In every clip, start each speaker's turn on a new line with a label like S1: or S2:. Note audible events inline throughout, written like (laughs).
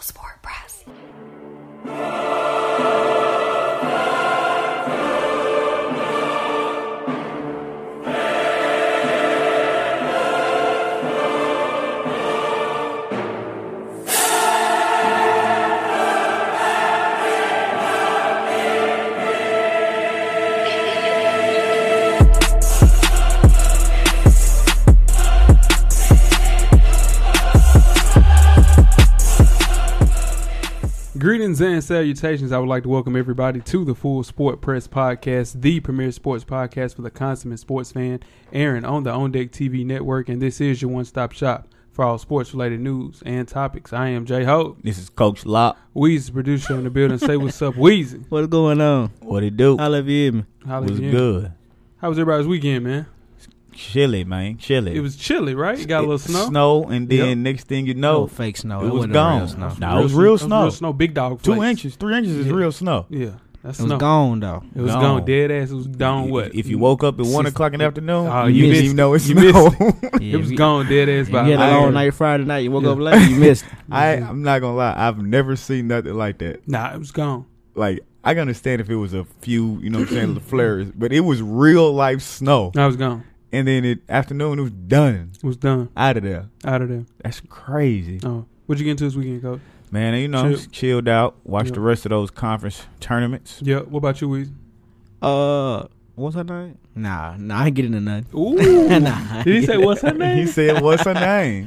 S1: Sport Press.
S2: Greetings and salutations. I would like to welcome everybody to the Full Sport Press Podcast, the premier sports podcast for the consummate sports fan, Aaron, on the On Deck TV network. And this is your one stop shop for all sports related news and topics. I am Jay Hope.
S3: This is Coach Lop.
S2: Weezy, producer in the building. Say what's up, Weezy.
S3: What's going on? What it do? I love you, man.
S2: How
S3: was
S2: was you?
S3: good.
S2: How was everybody's weekend, man?
S3: Chilly, man. Chilly.
S2: It was chilly, right? Got a little snow.
S3: Snow, and then
S2: Yep. Oh,
S3: next thing you
S4: No
S3: know,
S4: fake snow.
S3: it,
S4: It,
S3: was
S4: wasn't
S3: gone.
S4: Real snow.
S3: No, it was real
S2: It
S3: snow.
S2: was real snow. Big dog.
S3: Two
S2: flakes.
S3: inches, three inches is
S2: Yeah.
S3: real snow.
S2: Yeah, that's
S4: It was
S2: snow.
S4: gone though.
S2: It was
S3: Gone.
S2: gone. Dead ass. It was gone.
S3: If-
S2: What?
S3: If you woke up at one
S4: Since-
S3: o'clock in the afternoon,
S2: Ah,
S3: you,
S2: you
S3: didn't
S2: missed
S3: even know it's
S2: You missed
S3: snow.
S4: Yeah,
S2: (laughs) It was
S4: we-
S2: gone. Dead ass.
S4: if
S2: by
S4: You had a
S3: I-
S4: long night Friday night. You
S2: (laughs)
S4: woke
S2: Yeah.
S4: up late. You missed. it.
S3: (laughs) I, I'm not gonna lie, I've never seen nothing like that.
S2: Nah, it was gone.
S3: Like I can understand if it was a few, you know, what I'm saying, flares, but it was real life snow.
S2: I was gone.
S3: And then it afternoon, it was done
S2: It was done.
S3: out of there.
S2: Out of there.
S3: That's crazy.
S2: Oh, what'd you get into this weekend, coach?
S3: Man, you know,
S2: Chill.
S3: just chilled out, watched
S2: Yeah.
S3: the rest of those conference tournaments.
S2: Yeah. What about you, Weez?
S4: Uh, what's her name?
S2: (laughs)
S4: Nah, nah. I ain't getting into nothing.
S2: Ooh.
S4: (laughs) nah.
S2: Did he say what's her
S3: he
S2: name?
S3: said, What's her
S4: (laughs)
S3: name?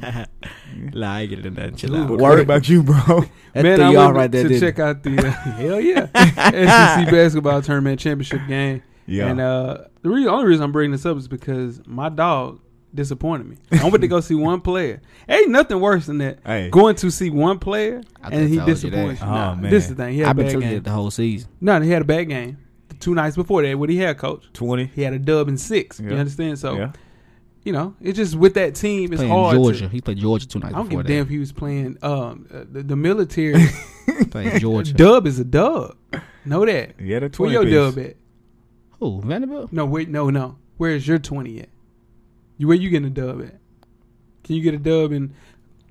S4: Nah, I ain't getting into nothing. Chill
S2: Ooh,
S4: out.
S3: What, what about
S2: (laughs)
S3: you, bro?
S4: That
S2: Man,
S4: threw
S2: I
S4: you off
S2: went
S4: right there,
S2: to
S4: didn't
S2: check out
S4: (laughs)
S2: the uh, hell yeah SEC basketball tournament championship game,
S3: yeah.
S2: and uh, the re- only reason I'm bringing this up is because my dog disappointed me. I went to go see one player. Ain't nothing worse than that.
S3: hey,
S2: Going to see one player
S4: I
S2: and he
S4: told you that.
S2: disappoints. you.
S3: Oh,
S2: Nah,
S3: man.
S2: this is the thing. He
S4: you?
S2: had a
S4: I've been
S2: bad
S4: telling you
S2: game.
S4: that the whole season.
S2: No, he had a bad game. The two nights before that, what he had, coach,
S3: 20.
S2: he had a dub and six. You
S3: Yeah.
S2: understand? So
S3: yeah.
S2: you know, it's just with that team, it's
S4: Playing
S2: hard. to-
S4: Georgia. He played Georgia two
S2: I
S4: nights
S2: don't give
S4: before
S2: a damn
S4: that.
S2: if he was playing um uh, the, the military. (laughs)
S4: Played Georgia.
S2: dub is a dub. Know that.
S3: Yeah, the
S2: Where
S3: 20.
S2: your
S3: piece.
S2: dub at?
S4: Who Vanderbilt?
S2: No, wait, no, no. Where is your twenty at? You where you getting a dub at? Can you get a dub in?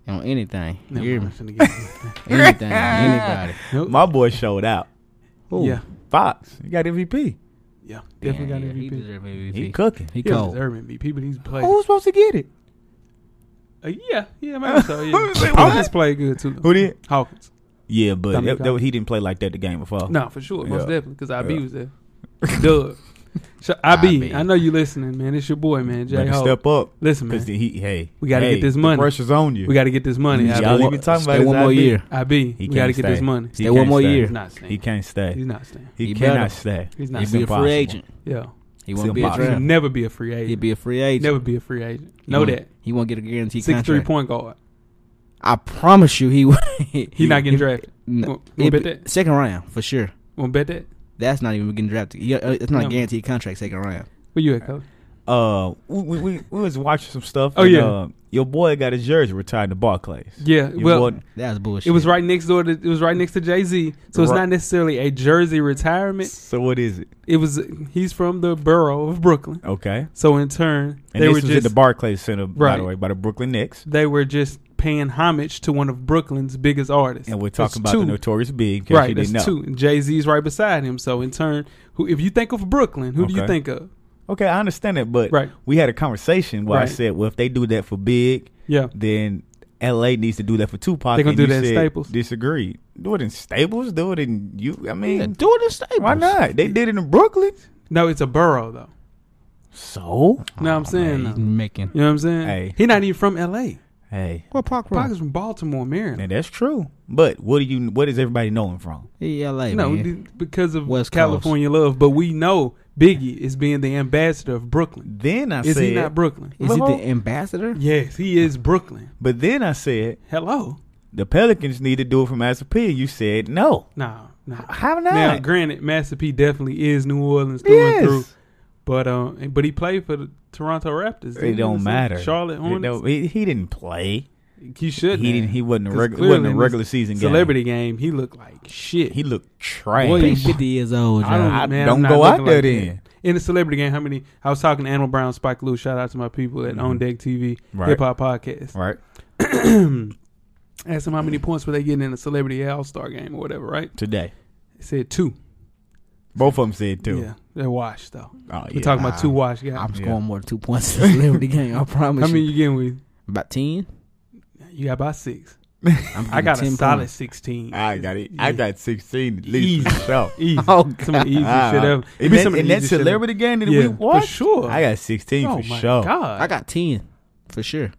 S4: On anything.
S2: Never
S4: Yeah,
S2: mind, I'm finna get- (laughs)
S4: Anything. Anybody.
S2: Nope.
S3: My boy showed out.
S4: (laughs) Who?
S2: (laughs) Yeah,
S3: Fox, he got MVP.
S2: yeah,
S4: Damn,
S2: definitely
S4: yeah,
S2: got
S4: He
S2: MVP. He,
S4: deserved MVP.
S3: He cooking.
S4: He
S2: don't
S4: cold.
S2: deserve MVP, but he's played.
S3: Who's supposed to get it?
S2: Uh, yeah, yeah, maybe so. Yeah,
S3: Say what?
S2: Hawkins played good too. though.
S3: Who did?
S2: Hawkins?
S3: Yeah, but
S2: Dominic
S3: that- that-
S2: Dominic.
S3: he didn't play like that the game before. (laughs)
S2: No, for sure, most
S3: Oh. Yeah.
S2: definitely, because IB
S3: Yeah.
S2: was there. Dub, so, IB,
S4: IB.
S2: I know you listening, man. It's your boy, man. J
S3: Better
S2: Ho.
S3: step up
S2: Listen, man.
S3: because he hey
S2: We gotta
S3: hey,
S2: get this
S3: the
S2: money.
S3: pressure's on you.
S2: We got to get this money.
S3: Y'all
S2: IB.
S3: even talking
S4: Stay
S3: about
S4: one
S3: his
S4: more
S3: IB.
S4: year.
S2: IB,
S3: He
S2: we got to
S3: can't
S2: get this
S3: stay.
S2: money.
S3: He
S4: Stay one
S3: can't
S4: more
S3: stay.
S4: year.
S2: He's not staying.
S3: He can't stay.
S2: He's not staying.
S3: He,
S4: He
S3: cannot
S4: better.
S3: stay.
S2: He's not
S4: He'd
S3: It's
S2: staying.
S4: be a free
S3: impossible.
S4: agent.
S2: Yeah,
S4: He
S3: It's
S4: won't be a
S3: impossible.
S2: he'll
S4: draft.
S2: never be a free
S4: He'd
S2: agent.
S4: be a free agent.
S2: Never be a free agent.
S4: He
S2: know
S4: won't-
S2: that.
S4: He won't get a guaranteed
S2: Six three
S4: contract.
S2: point guard.
S4: I promise you, he would. (laughs) he,
S2: He not getting drafted.
S4: No,
S2: Want to bet
S4: it'd be-
S2: that?
S4: Second round for sure.
S2: Want to bet that?
S4: That's not even getting drafted. You- uh, It's not
S2: No.
S4: a guaranteed contract. Second round.
S2: Where you at, coach?
S3: Uh, we, we, we, we was watching some stuff.
S2: Oh,
S3: and,
S2: yeah.
S3: uh, your boy got his jersey retired to Barclays.
S2: Yeah.
S3: Your
S2: well,
S3: boy-
S4: That was bullshit.
S2: it was right next door. To, it was right next to Jay Z. So it's
S3: Right.
S2: not necessarily a jersey retirement.
S3: so what is it?
S2: It was he's from the borough of Brooklyn.
S3: Okay,
S2: So in turn,
S3: and
S2: they
S3: this
S2: were
S3: was
S2: just
S3: at the Barclays Center, by
S2: Right.
S3: the way, by the Brooklyn Knicks.
S2: they were just paying homage to one of Brooklyn's biggest artists.
S3: And we're
S2: That's
S3: talking about
S2: two.
S3: the Notorious Big. in case
S2: Right,
S3: you
S2: that's
S3: didn't know.
S2: two. And Jay Z's right beside him. So in turn, who if you think of Brooklyn, who do you
S3: Okay.
S2: think of?
S3: Okay, I understand it, but
S2: Right.
S3: we had a conversation where
S2: Right.
S3: I said, well, if they do that for Big,
S2: Yeah.
S3: then L.A. needs to do that for Tupac.
S2: They gonna
S3: and
S2: do
S3: you
S2: that in
S3: said
S2: Staples.
S3: Disagree. Do it in Staples. Do it in you. I mean,
S4: Yeah, do it in Staples.
S3: why not? They did it in Brooklyn.
S2: No, it's a borough though.
S3: So
S2: You know what I'm saying?
S4: He's
S2: though?
S4: making.
S2: You know what I'm saying?
S3: Oh, Hey.
S2: He not even from LA.
S3: hey,
S4: Well, Park
S2: Pac is from Baltimore, Maryland.
S3: and that's true. But what do you? What is everybody knowing from?
S4: He LA
S2: no,
S4: man.
S2: d- because of
S4: West
S2: California love, but we know Biggie is being the ambassador of Brooklyn.
S3: Then I
S2: Is
S3: said,
S2: he not Brooklyn?
S4: Is he
S3: Limo?
S4: the ambassador?
S2: Yes, he is Brooklyn.
S3: but then I said
S2: Hello.
S3: the Pelicans need to do it from Massapequa. You said no.
S2: Nah, nah.
S3: How not?
S2: Now, granted, Master P definitely is New Orleans through and through.
S3: yes,
S2: But um, but he played for the Toronto Raptors. didn't he?
S3: it don't
S2: Listen,
S3: matter.
S2: Charlotte
S3: It
S2: Hornets.
S3: don't- he, he didn't play.
S2: he shouldn't.
S3: He
S2: have.
S3: didn't. He wasn't a
S2: 'Cause
S3: regular. Wasn't
S2: clearly
S3: a
S2: in
S3: regular season game.
S2: celebrity game. He looked like shit.
S3: He looked trash.
S4: Boy, he's 50 years old.
S2: I don't,
S4: y'all.
S3: I
S2: man,
S3: don't
S2: I'm not
S3: go out
S2: looking
S3: there
S2: like that.
S3: then.
S2: In the celebrity game, how many? I was talking to Animal Brown, Spike Lee. Shout out to my people at
S3: Mhm.
S2: On Deck TV,
S3: Right.
S2: Hip Hop Podcast.
S3: right.
S2: Asked him how many points were they getting in a celebrity all star game or whatever, right?
S4: today.
S2: He said two.
S3: Both of them said two.
S2: Yeah, they're washed though.
S3: Oh,
S2: We're
S3: yeah.
S2: talking about
S4: I-
S2: two washed guys.
S4: I'm
S3: Yeah.
S4: scoring more than two
S2: (laughs)
S4: points in this Liberty game. I promise
S2: How many
S4: you.
S2: you getting with?
S4: About ten.
S2: You got about six.
S4: I'm
S2: I got a
S4: getting 10
S2: solid
S4: points.
S2: sixteen.
S3: I got it. I
S2: Yeah.
S3: got sixteen at least for
S2: Easy.
S3: sure.
S2: Easy.
S4: Oh,
S3: (laughs)
S2: some of the easiest
S3: Ah,
S2: shit ever.
S3: It be
S2: that-
S3: some in that
S2: easiest shit ever.
S3: celebrity game that
S2: Yeah,
S3: we watched.
S2: for sure.
S3: I got sixteen
S2: oh
S3: for
S2: my
S3: sure.
S2: god.
S4: I got ten for sure.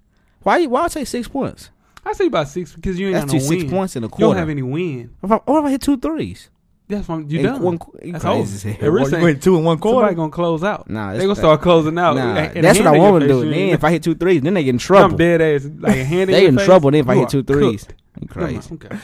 S4: Why? you- Why I say six points?
S2: I say about six because you ain't
S4: That's
S2: got
S4: two
S2: no
S4: six
S2: win.
S4: points in a
S2: You don't
S4: quarter.
S2: have any win.
S4: What if I, what if I hit two threes?
S2: That's what I'm, you
S4: In
S2: done.
S4: One, qu- you
S2: That's
S4: crazy
S2: over.
S4: as hell.
S2: It really
S3: you
S2: ain't-
S3: went two in one
S2: Somebody
S3: quarter.
S2: gonna close out.
S4: Nah,
S2: they
S4: it's
S2: gonna
S4: that-
S2: start closing out.
S4: Nah,
S2: A- a
S4: that's what
S2: hand
S4: I
S2: in your
S4: want to
S2: face,
S4: do.
S2: you
S4: Then
S2: ain't
S4: if I hit two threes, then they get in
S2: nothing. I'm
S4: trouble.
S2: dead ass. Like a hand in
S4: They
S2: your
S4: in
S2: face,
S4: trouble. Then if I
S2: you
S4: hit
S2: are
S4: two threes,
S2: cooked.
S4: You
S2: No, no,
S4: crazy.
S2: okay.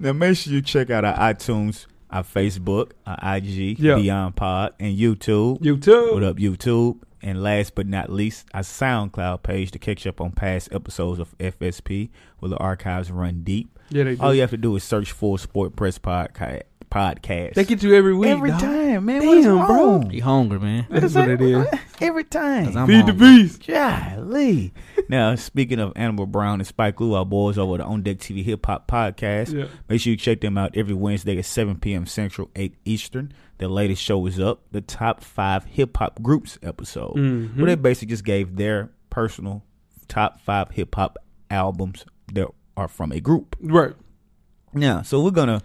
S3: Now make sure you check out our iTunes, our Facebook, our IG,
S2: Yeah.
S3: Beyond Pod, and YouTube.
S2: You too.
S3: What up, YouTube? And last but not least, our SoundCloud page to catch up on past episodes of FSP, where the archives run deep.
S2: Yeah, they do.
S4: Oh,
S3: All you have to do is search for Sport Press Podca- Podcast.
S2: They get you every week.
S3: every
S2: dog.
S3: time, man.
S2: Damn,
S3: what's
S2: bro.
S3: wrong?
S4: You hungry, man?
S2: That's what it is.
S3: Every time.
S4: 'Cause I'm
S2: Feed the
S4: hungry.
S2: beast.
S3: Golly. now, speaking of Animal Brown and Spike Lee, our boys over the On Deck TV Hip Hop Podcast,
S2: Yeah.
S3: make sure you check them out every Wednesday at 7 p.m. Central, 8 Eastern. Their latest show is up, the Top 5 Hip Hop Groups episode,
S2: Mhm.
S4: Mm-hmm.
S3: where they basically just gave their personal top 5 hip hop albums that are from a group.
S2: Right.
S3: Now, so we're going to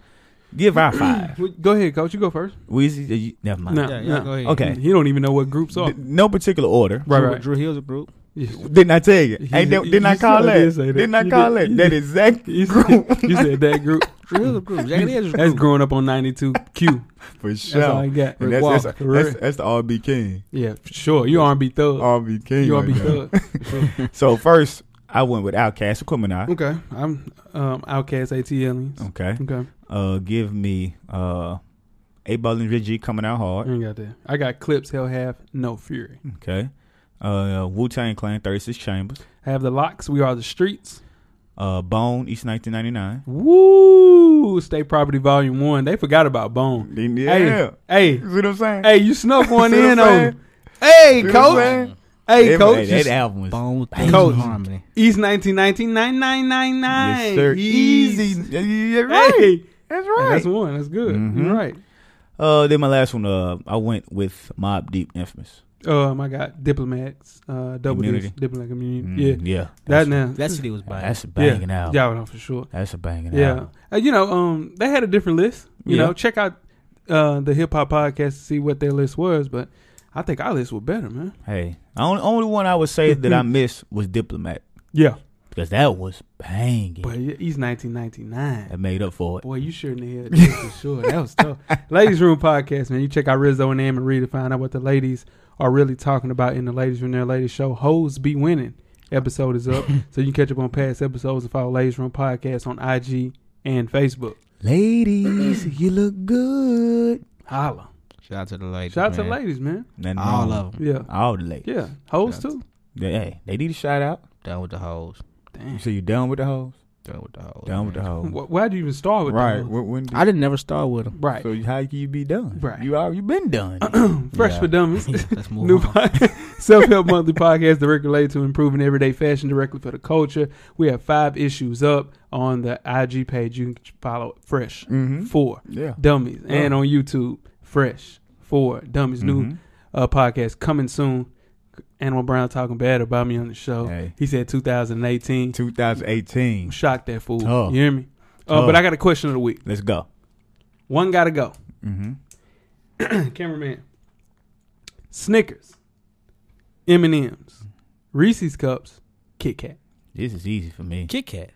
S3: give
S2: (clears throat)
S3: our five.
S2: Well, Go ahead, coach. You go first.
S3: Weezy, did you- never mind.
S2: No.
S4: Yeah, yeah,
S2: no.
S4: go ahead.
S3: Okay.
S2: He don't even know what groups are.
S3: Th- No particular order.
S2: Right,
S4: Drew-
S2: right.
S4: Drew Hill's a group.
S2: You
S3: Didn't I tell you?
S2: You-
S3: Ain't that,
S2: you-
S3: didn't I
S2: you
S3: call
S2: said-
S3: that?
S2: you said that.
S3: Didn't I
S2: You
S3: call
S2: did-
S3: that?
S2: you
S3: That
S2: did.
S3: exact
S2: said, (laughs)
S3: group
S2: you said that group.
S4: (laughs) Drew Hill's a group. Jagged Edge is a
S2: That's
S4: group.
S2: growing up on 92Q.
S3: for
S2: That's
S3: sure.
S2: all I got.
S3: And that's, that's,
S2: Walker.
S3: that's, that's the RB King.
S2: yeah, for sure. You R&B thug.
S3: RB King.
S2: you
S3: right
S2: R&B
S3: there.
S2: thug.
S3: So first, I went with Outkast. So come on now.
S2: okay. I'm um, Outcast AT Aliens.
S3: Okay.
S2: Okay.
S3: Uh, give me uh, A Ball and Reggie coming out
S2: I
S3: hard.
S2: ain't got that. I got Clips, Hell Half, No Fury.
S3: Okay. Uh, Wu Tang Clan, Thirty Six Chambers.
S2: I have The Locks, We Are the Streets.
S3: Uh, Bone, East nineteen ninety nine.
S2: Woo! State Property Volume 1. They forgot about Bone.
S3: Yeah.
S2: Hey,
S3: You see what I'm saying?
S2: hey, you
S3: (laughs)
S2: snuck one
S3: See what
S2: in
S3: I'm
S2: on
S3: saying?
S2: him. Hey,
S3: See what I'm
S2: coach.
S3: saying?
S2: Hey,
S3: Every-
S2: coach.
S3: That
S2: you
S3: album was
S4: Bone with
S3: Bang.
S2: Coach.
S4: Coach harmony.
S2: East 1919, 9999.
S3: yes, sir. Easy. Yeah, yeah, right.
S2: Hey,
S3: That's
S2: that's
S3: right.
S2: one. That's good.
S3: Mhm.
S2: You're right.
S3: Uh, then my last one. Uh, I went with Mob Deep Infamous.
S2: Um, I got Diplomats, uh, Double
S3: Community.
S2: Dicks, Diplomat Community.
S3: Mm,
S2: Yeah,
S3: yeah.
S2: that
S3: That's,
S2: now.
S4: That shit was bad.
S3: that's a banging
S2: yeah,
S3: album.
S2: Y'all know for sure.
S3: That's a banging
S2: Yeah,
S3: album.
S2: Uh, you know, um, they had a different list. You
S3: Yeah.
S2: know, check out uh the hip hop podcast to see what their list was, but I think our list was better, man.
S3: Hey, the only, only one I would
S2: (laughs)
S3: say that I missed was Diplomat
S2: Yeah,
S3: because that was banging.
S2: but yeah, he's 1999.
S3: that made up for it.
S2: Boy, you sure in the head that for sure. That was tough. ladies Room Podcast, man. You check out Rizzo and Ann Marie to find out what the ladies are really talking about in the Ladies Room, their ladies show. Hoes be winning. Episode is up. so you can catch up on past episodes and follow Ladies Room Podcast on IG and Facebook. (clears throat)
S3: Ladies, you look good.
S2: Holla.
S4: Shout out to the ladies.
S2: Shout out to the
S4: man.
S2: ladies, man.
S3: Nothing
S4: All
S3: wrong.
S4: of them.
S2: Yeah.
S3: All the ladies.
S2: Yeah. Hoes
S4: Shout out
S2: too.
S3: They- Hey, they need a shout out.
S4: Down with the hoes.
S2: Damn.
S3: So you down with the hoes?
S4: Down with the hoes.
S3: Down with the
S2: (laughs)
S3: hoes.
S4: man.
S2: Wh- Why'd you even start with
S3: right.
S2: the hoes?
S3: When, when did-
S4: I didn't never start with them.
S2: Right.
S3: so how can you be done?
S2: Right.
S3: You already been done.
S2: (clears throat) Fresh
S3: Yeah.
S2: for
S3: (laughs)
S2: Dummies.
S4: (laughs)
S2: (laughs)
S4: Let's move
S2: New
S4: on.
S2: self help monthly podcast directly related to improving everyday fashion directly for the culture. We have five issues up on the IG page. You can follow Fresh
S3: mm-hmm. Oh.
S2: Four
S3: Yeah.
S2: Dummies
S3: Yeah.
S2: and on YouTube Fresh Four Dummies. New
S3: Mhm.
S2: uh, podcast coming soon. Animal Brown talking bad about me on the show.
S3: Hey.
S2: He said 2018.
S3: 2018.
S2: I'm shocked that fool.
S3: Tough.
S2: You hear me? Uh,
S3: Tough.
S2: but I got a question of the week.
S3: Let's go.
S2: One gotta go.
S3: Mm-hmm.
S2: cameraman. Snickers, M and M's, Reese's cups, Kit Kat.
S3: This is easy for me.
S4: Kit Kat.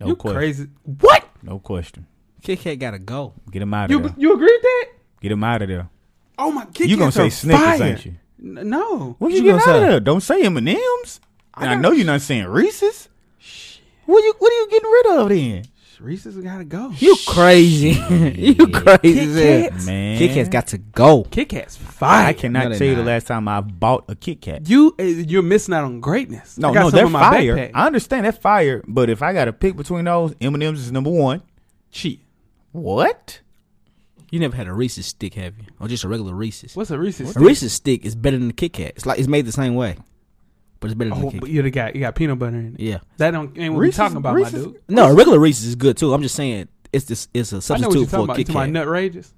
S3: No
S2: you
S3: question.
S2: crazy? What?
S3: No question.
S4: Kit Kat gotta go.
S3: Get him out of
S2: You
S3: there.
S2: you agree with that?
S3: Get him out of there.
S2: Oh my Kit
S3: you gonna
S2: Kats are
S3: say Snickers,
S2: fire.
S3: ain't you?
S2: N- No.
S3: What
S4: you
S3: you,
S4: gonna
S3: gonna say?
S4: say?
S3: Don't say M and M's. And I
S2: got-
S3: know you're not saying Reese's. What you What are you getting rid of then?
S2: Reese's gotta go.
S4: You crazy. (laughs) you crazy.
S2: Kit
S4: Kit,
S2: Kats?
S3: Man,
S4: Kit Kat's got to go.
S2: Kit Kat's fire.
S3: I cannot
S4: No, they
S3: tell you the
S4: not.
S3: last time I bought a Kit Kat.
S2: You uh, you're missing out on greatness.
S3: No,
S2: I got
S3: no,
S2: some
S3: they're
S2: in my
S3: fire.
S2: backpack.
S3: I understand that fire, but if I got to pick between those, M and M's is number one.
S2: Cheat.
S3: What?
S4: You never had a Reese's stick, have you? Or just a regular Reese's?
S2: What's a Reese's?
S4: A Reese's stick is better than the Kit Kat. It's like it's made the same way. but it's better than
S2: Oh,
S4: cake.
S2: but you got you got peanut butter in it.
S4: yeah.
S2: That don't ain't what
S3: Reese's-
S2: we talking about, my
S3: Reese's-
S2: dude.
S4: No, regular Reese's is good too. I'm just saying it's this it's a
S2: I know what you're talking
S4: substitute for
S2: about.
S4: a
S2: You
S4: Kit
S2: talking about
S4: Kat.
S2: nut rages?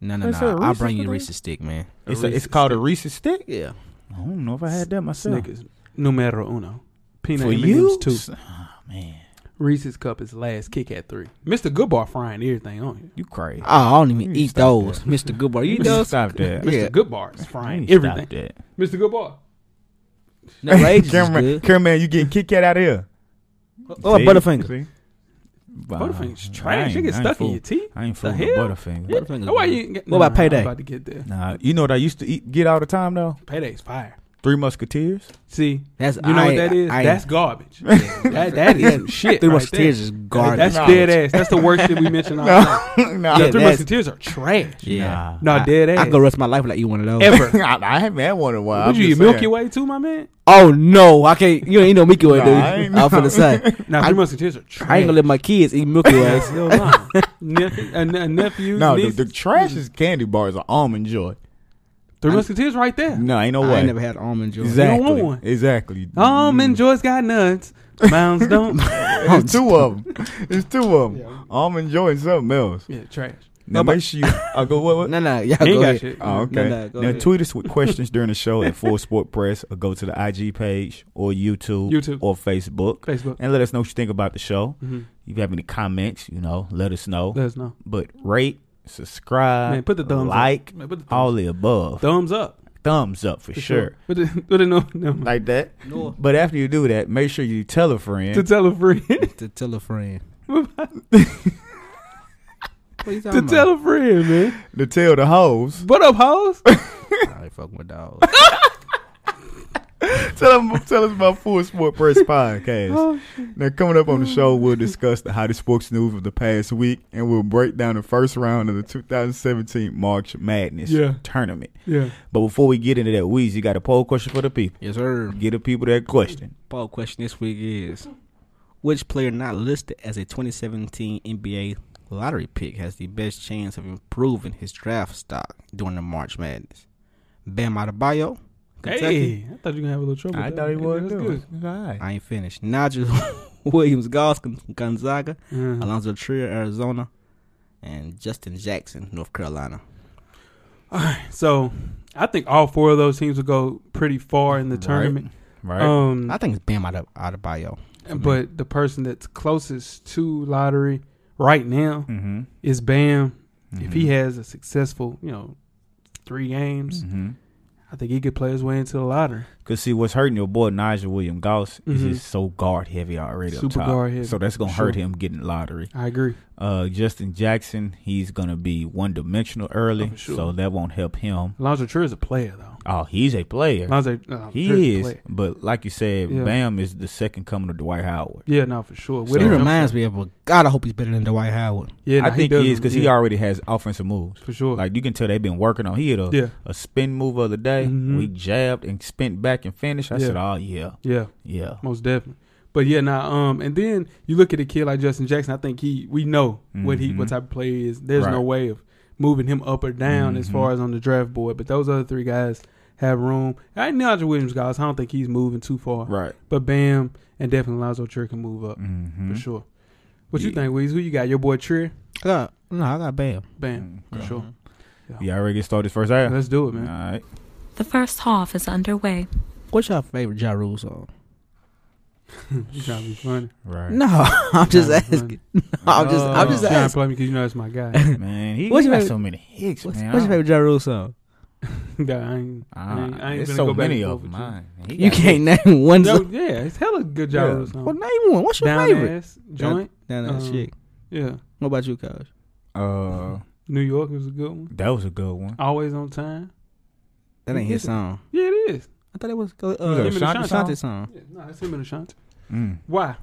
S4: No, no,
S3: They said
S4: no. I'll
S3: Reese's
S4: bring you
S3: today?
S4: the Reese's stick, man.
S3: It's,
S2: A
S3: a, it's
S2: Reese's
S3: called a
S2: stick.
S3: Reese's stick.
S4: Yeah.
S3: I don't know if I had that myself.
S2: Snickers numero uno. Peanut
S3: For
S2: M&Ms
S3: you,
S2: too.
S3: Oh, man,
S2: Reese's cup is last kick at three. Mr. Goodbar frying everything on you.
S3: you crazy.
S4: Oh, I don't even
S3: You
S4: eat
S3: stop
S4: those,
S3: that.
S4: Mr. Goodbar.
S3: You
S4: You eat those?
S3: stop that.
S4: Yeah.
S2: Mr. Goodbar is frying
S3: You stop
S2: everything.
S3: that.
S2: Mr. Goodbar.
S4: (laughs) Nut Rages is
S3: cameraman,
S4: good.
S3: cameraman, you getting Kit Kat out of here?
S4: Oh,
S3: See?
S4: Butterfinger.
S3: See? Wow.
S2: Butterfinger's
S3: I
S2: trash.
S3: ain't-
S2: It gets
S3: I ain't
S2: stuck in
S3: fool-
S2: your teeth.
S3: I ain't fooling with
S2: hell?
S3: Butterfinger.
S4: Yeah. Butterfinger's
S2: Oh, why
S4: good.
S2: you ain't get,
S4: What about
S2: Nah, I'm
S4: Payday?
S2: About to get there.
S3: Nah, you know what I used to eat, get all the time though.
S2: Payday's fire.
S3: Three Musketeers.
S2: See,
S4: That's
S2: you know
S4: I,
S2: what that is?
S4: I, (laughs)
S2: That's garbage.
S4: Yeah.
S2: that that is
S4: (laughs)
S2: some shit.
S4: Three
S2: right
S4: Musketeers
S2: there.
S4: is garbage.
S2: That's dead ass. That's the worst shit we
S4: (laughs)
S2: mentioned all
S3: No. (laughs)
S2: time.
S3: nah,
S2: The
S4: Yeah,
S2: Three
S4: that's-
S2: Musketeers are trash.
S4: Yeah.
S2: Nah,
S4: I-
S2: dead ass.
S4: I go rest my life without eating one of those.
S2: Ever.
S3: (laughs) I, I haven't had one in a while.
S2: Would
S3: I'm
S2: you eat
S3: just
S2: Milky
S3: saying.
S2: Way too, my man?
S4: Oh no, I can't. You ain't no Milky Way,
S3: Nah,
S4: dude.
S3: I ain't
S4: I'm finna
S3: know.
S2: (laughs)
S4: say.
S2: Nah,
S4: I-
S2: Three Musketeers are trash.
S4: I ain't gonna let my kids eat Milky
S2: (laughs)
S4: Ways.
S2: Hell no.
S3: (laughs)
S2: Nephew- a ne- a nephews,
S3: No, the,
S2: nieces.
S3: the trash is candy bars are almond joy.
S2: Three Musketeers right there.
S3: No, ain't no
S4: I
S3: way.
S4: ain't never had almond joy.
S2: You
S3: exactly.
S2: don't want one. Um,
S3: Exactly.
S2: Almond Joy's got nuts. Mounds
S3: (laughs)
S2: don't.
S3: It's two of them.
S2: (laughs)
S3: It's two of them.
S2: Yeah.
S3: Almond joy and something else.
S2: Yeah, trash.
S3: Now make sure you. I go what? what?
S4: No, no, y'all
S2: He
S4: go
S2: ain't got
S4: ahead.
S2: shit.
S3: Oh, okay.
S4: No, no, go
S3: now
S4: ahead.
S3: tweet
S2: (laughs)
S3: us with questions during the show at Full Sport Press, or go to the IG page or YouTube,
S2: YouTube.
S3: or Facebook,
S2: Facebook.
S3: and let us know what you think about the show.
S2: Mhm.
S3: If you have any comments, you know, let us know.
S2: Let us know.
S3: But rate, subscribe,
S2: Man, put the thumbs up.
S3: like,
S2: Man, put the thumbs,
S3: all the above.
S2: thumbs up.
S3: thumbs up for,
S2: For
S3: sure.
S2: Put the, (laughs) put the, no, no,
S3: Like that.
S4: No.
S3: But after you do that, make sure you tell a
S2: to
S3: friend.
S2: tell a friend.
S4: To tell a friend. what (laughs) you
S2: (laughs) to
S4: talking
S2: tell a friend, man.
S3: To tell the hoes.
S2: What up,
S3: (laughs)
S2: hoes?
S4: about? I ain't fucking
S2: (laughs)
S4: with dogs.
S3: tell them tell us about Full
S2: (laughs)
S3: Sport Press Podcast.
S2: Oh,
S3: Now, coming up on the show, we'll discuss the hottest sports news of the past week, and we'll break down the first round of the 2017 March Madness
S2: Yeah.
S3: tournament.
S2: Yeah.
S3: But before we get into that, Weezy, you got a poll question for the people.
S4: yes, sir.
S3: Get the people that question.
S4: Ball question this week is: Which player not listed as a 2017 NBA lottery pick has the best chance of improving his draft stock during the March Madness? Bam Adebayo, Kentucky.
S2: Hey, I thought you were going to have a little trouble.
S3: I
S2: with
S3: thought
S2: that.
S3: he was
S2: That's Um,
S3: doing.
S4: I ain't finished. Nigel (laughs) Williams, Goss, Gon- Gonzaga,
S2: good. Uh,
S4: Alonzo Trier, Arizona, and Justin Jackson, North Carolina.
S2: so, I think all four of those teams will go pretty far in the
S3: Right.
S2: tournament.
S3: Right.
S2: Um,
S4: I think it's Bam Ade- Adebayo.
S3: Mm-hmm.
S2: but the person that's closest to lottery right now
S3: mm-hmm.
S2: is Bam. If he has a successful, you know, three games,
S3: Mm-hmm.
S2: I think he could play his way into the lottery.
S3: Cause see, what's hurting your boy Nigel William Goss is
S2: Mhm.
S3: he's so guard heavy already. up
S2: Super
S3: top.
S2: guard heavy,
S3: So that's gonna
S2: for
S3: hurt
S2: sure.
S3: him getting lottery.
S2: I agree.
S3: Uh, Justin Jackson, he's gonna be one dimensional early,
S2: Oh, for sure.
S3: so that won't help him.
S2: Alonzo Trier is a player, though.
S3: Oh, he's a player.
S2: Alonzo, uh, Trier's
S3: he
S2: a
S3: is,
S2: player.
S3: but like you said,
S2: Yeah.
S3: Bam is the second coming of Dwight Howard.
S2: Yeah, no, for sure.
S3: So-
S4: But
S2: With
S4: he
S2: a jump
S4: reminds me of a God. I hope he's better than Dwight Howard.
S2: shot. Yeah, no,
S3: I think
S2: does,
S3: he is because he
S2: yeah,
S3: already has offensive moves.
S2: for sure.
S3: Like uh, you can tell, they've been working on. He had a,
S2: yeah,
S3: a spin move the other day.
S2: Mhm.
S3: We jabbed and spent back and finished. I
S2: Yeah.
S3: said, "Oh yeah,
S2: yeah,
S3: yeah."
S2: most definitely. But yeah, now um, and then you look at a kid like Justin Jackson. I think he we know what he
S3: Mhm.
S2: what type of player he is. There's no
S3: Right.
S2: way of moving him up or down as
S3: Mhm.
S2: far as on the draft board. But those other three guys have room. I know Andre Williams guys. I don't think he's moving too far.
S3: Right.
S2: But Bam and definitely Lonzo Trier can move up
S3: Mm-hmm.
S2: for sure. What you
S3: Yeah.
S2: think, Weez? Who you got? Your boy Trier?
S4: I got, no, I got Bam.
S2: Bam. For
S3: Okay.
S2: sure.
S3: Yeah, I already get started first half.
S2: Let's do it,
S3: All
S2: man.
S3: right.
S1: The first half is underway.
S4: What's your favorite Ja Rule song?
S2: (laughs) you trying to be funny.
S3: Right.
S4: No, (laughs) I'm just
S2: Trying to be
S4: asking.
S2: funny.
S4: I'm just, I'm
S3: No.
S4: just
S2: You trying to
S4: asking.
S2: play me because you know that's my guy. (laughs)
S3: man, he
S4: What's
S3: he
S4: your
S3: got
S4: favorite-
S3: so many hicks,
S4: What's,
S3: man.
S4: what's your
S3: I-
S4: favorite Ja Rule song?
S2: Nah, I ain't, I ain't,
S3: Ah,
S2: I ain't
S3: There's
S2: finna
S3: so
S2: go back
S3: many
S2: and
S3: of
S2: forth with
S3: mine. He
S4: You
S3: got
S4: can't
S3: hits.
S4: name one
S2: No,
S4: song.
S2: yeah, it's hella good Ja Rule
S4: Well,
S2: song.
S4: name one. What's your
S2: Down
S4: favorite? Uh-huh.
S2: ass joint.
S4: Down that
S2: Um,
S4: shit.
S2: Yeah.
S4: What about you, Coach?
S3: Uh,
S2: New York was a good one.
S3: that was a good one.
S2: Always on time.
S4: That ain't his
S2: Mhm.
S4: song.
S2: Yeah, it is.
S4: I thought it was uh,
S3: Who's that,
S2: Him and
S3: Ashanti
S2: Ashanti?
S4: Ashanti song.
S2: Yeah, no, it's him and Ashanti.
S3: Mm.
S2: Why?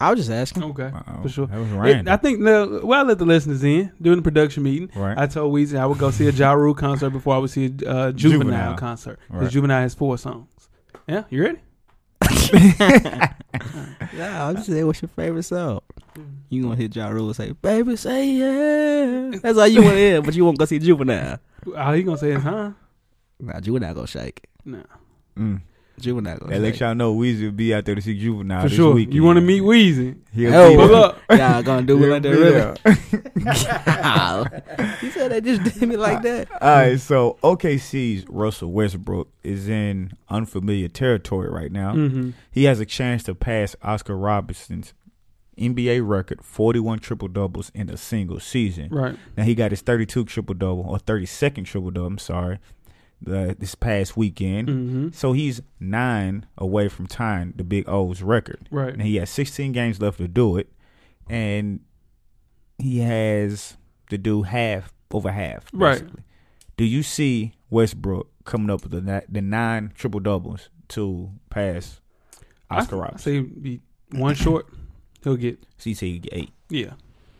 S4: I was just asking.
S2: Okay.
S3: Wow.
S2: For sure.
S3: That was
S2: It-
S3: random.
S2: I think, no, well, I let the listeners in during the production meeting.
S3: right.
S2: I told Weezy I would go see a Ja Rule concert before I would see a uh, juvenile,
S3: Juvenile.
S2: concert. Because
S3: Right.
S2: Juvenile has four songs. Yeah, you ready?
S4: Yeah, I was just saying, what's your favorite song?
S2: Mm-hmm.
S4: You gonna hit Ja Rule and say, "Baby, say yeah." That's all you want to hear, but you won't go see Juvenile.
S2: All he gonna say is, huh?
S4: Nah, Juvenile gonna shake.
S2: No.
S3: Mm.
S4: Juvenile. gonna
S3: That lets
S4: say.
S3: y'all know Weezy will be out there to see Juvenile
S2: for
S3: this
S2: sure.
S3: weekend.
S2: You want to meet Weezy?
S3: He'll
S4: Oh,
S3: be
S2: Pull
S3: there.
S2: up.
S4: Y'all gonna do it
S3: He'll
S4: like that,
S3: be
S4: really?
S2: (laughs)
S3: there.
S4: (laughs) you said they just did me like that.
S3: All right, so OKC's Russell Westbrook is in unfamiliar territory right now.
S2: Mm-hmm.
S3: He has a chance to pass Oscar Robinson's NBA record 41 triple doubles in a single season.
S2: Right.
S3: Now he got his 32 triple double or 32nd triple double, I'm sorry, the, this past weekend.
S2: Mm-hmm.
S3: So he's 9 away from tying the Big O's record.
S2: Right.
S3: And he has 16 games left to do it, and he has to do half over half.
S2: Right.
S3: Basically. Do you see Westbrook coming up with the ni- the nine triple doubles to pass Oscar
S2: I, I
S3: Robinson?
S2: say he'd be
S3: (clears throat)
S2: one short. He'll get
S3: So you say you get eight.
S2: yeah.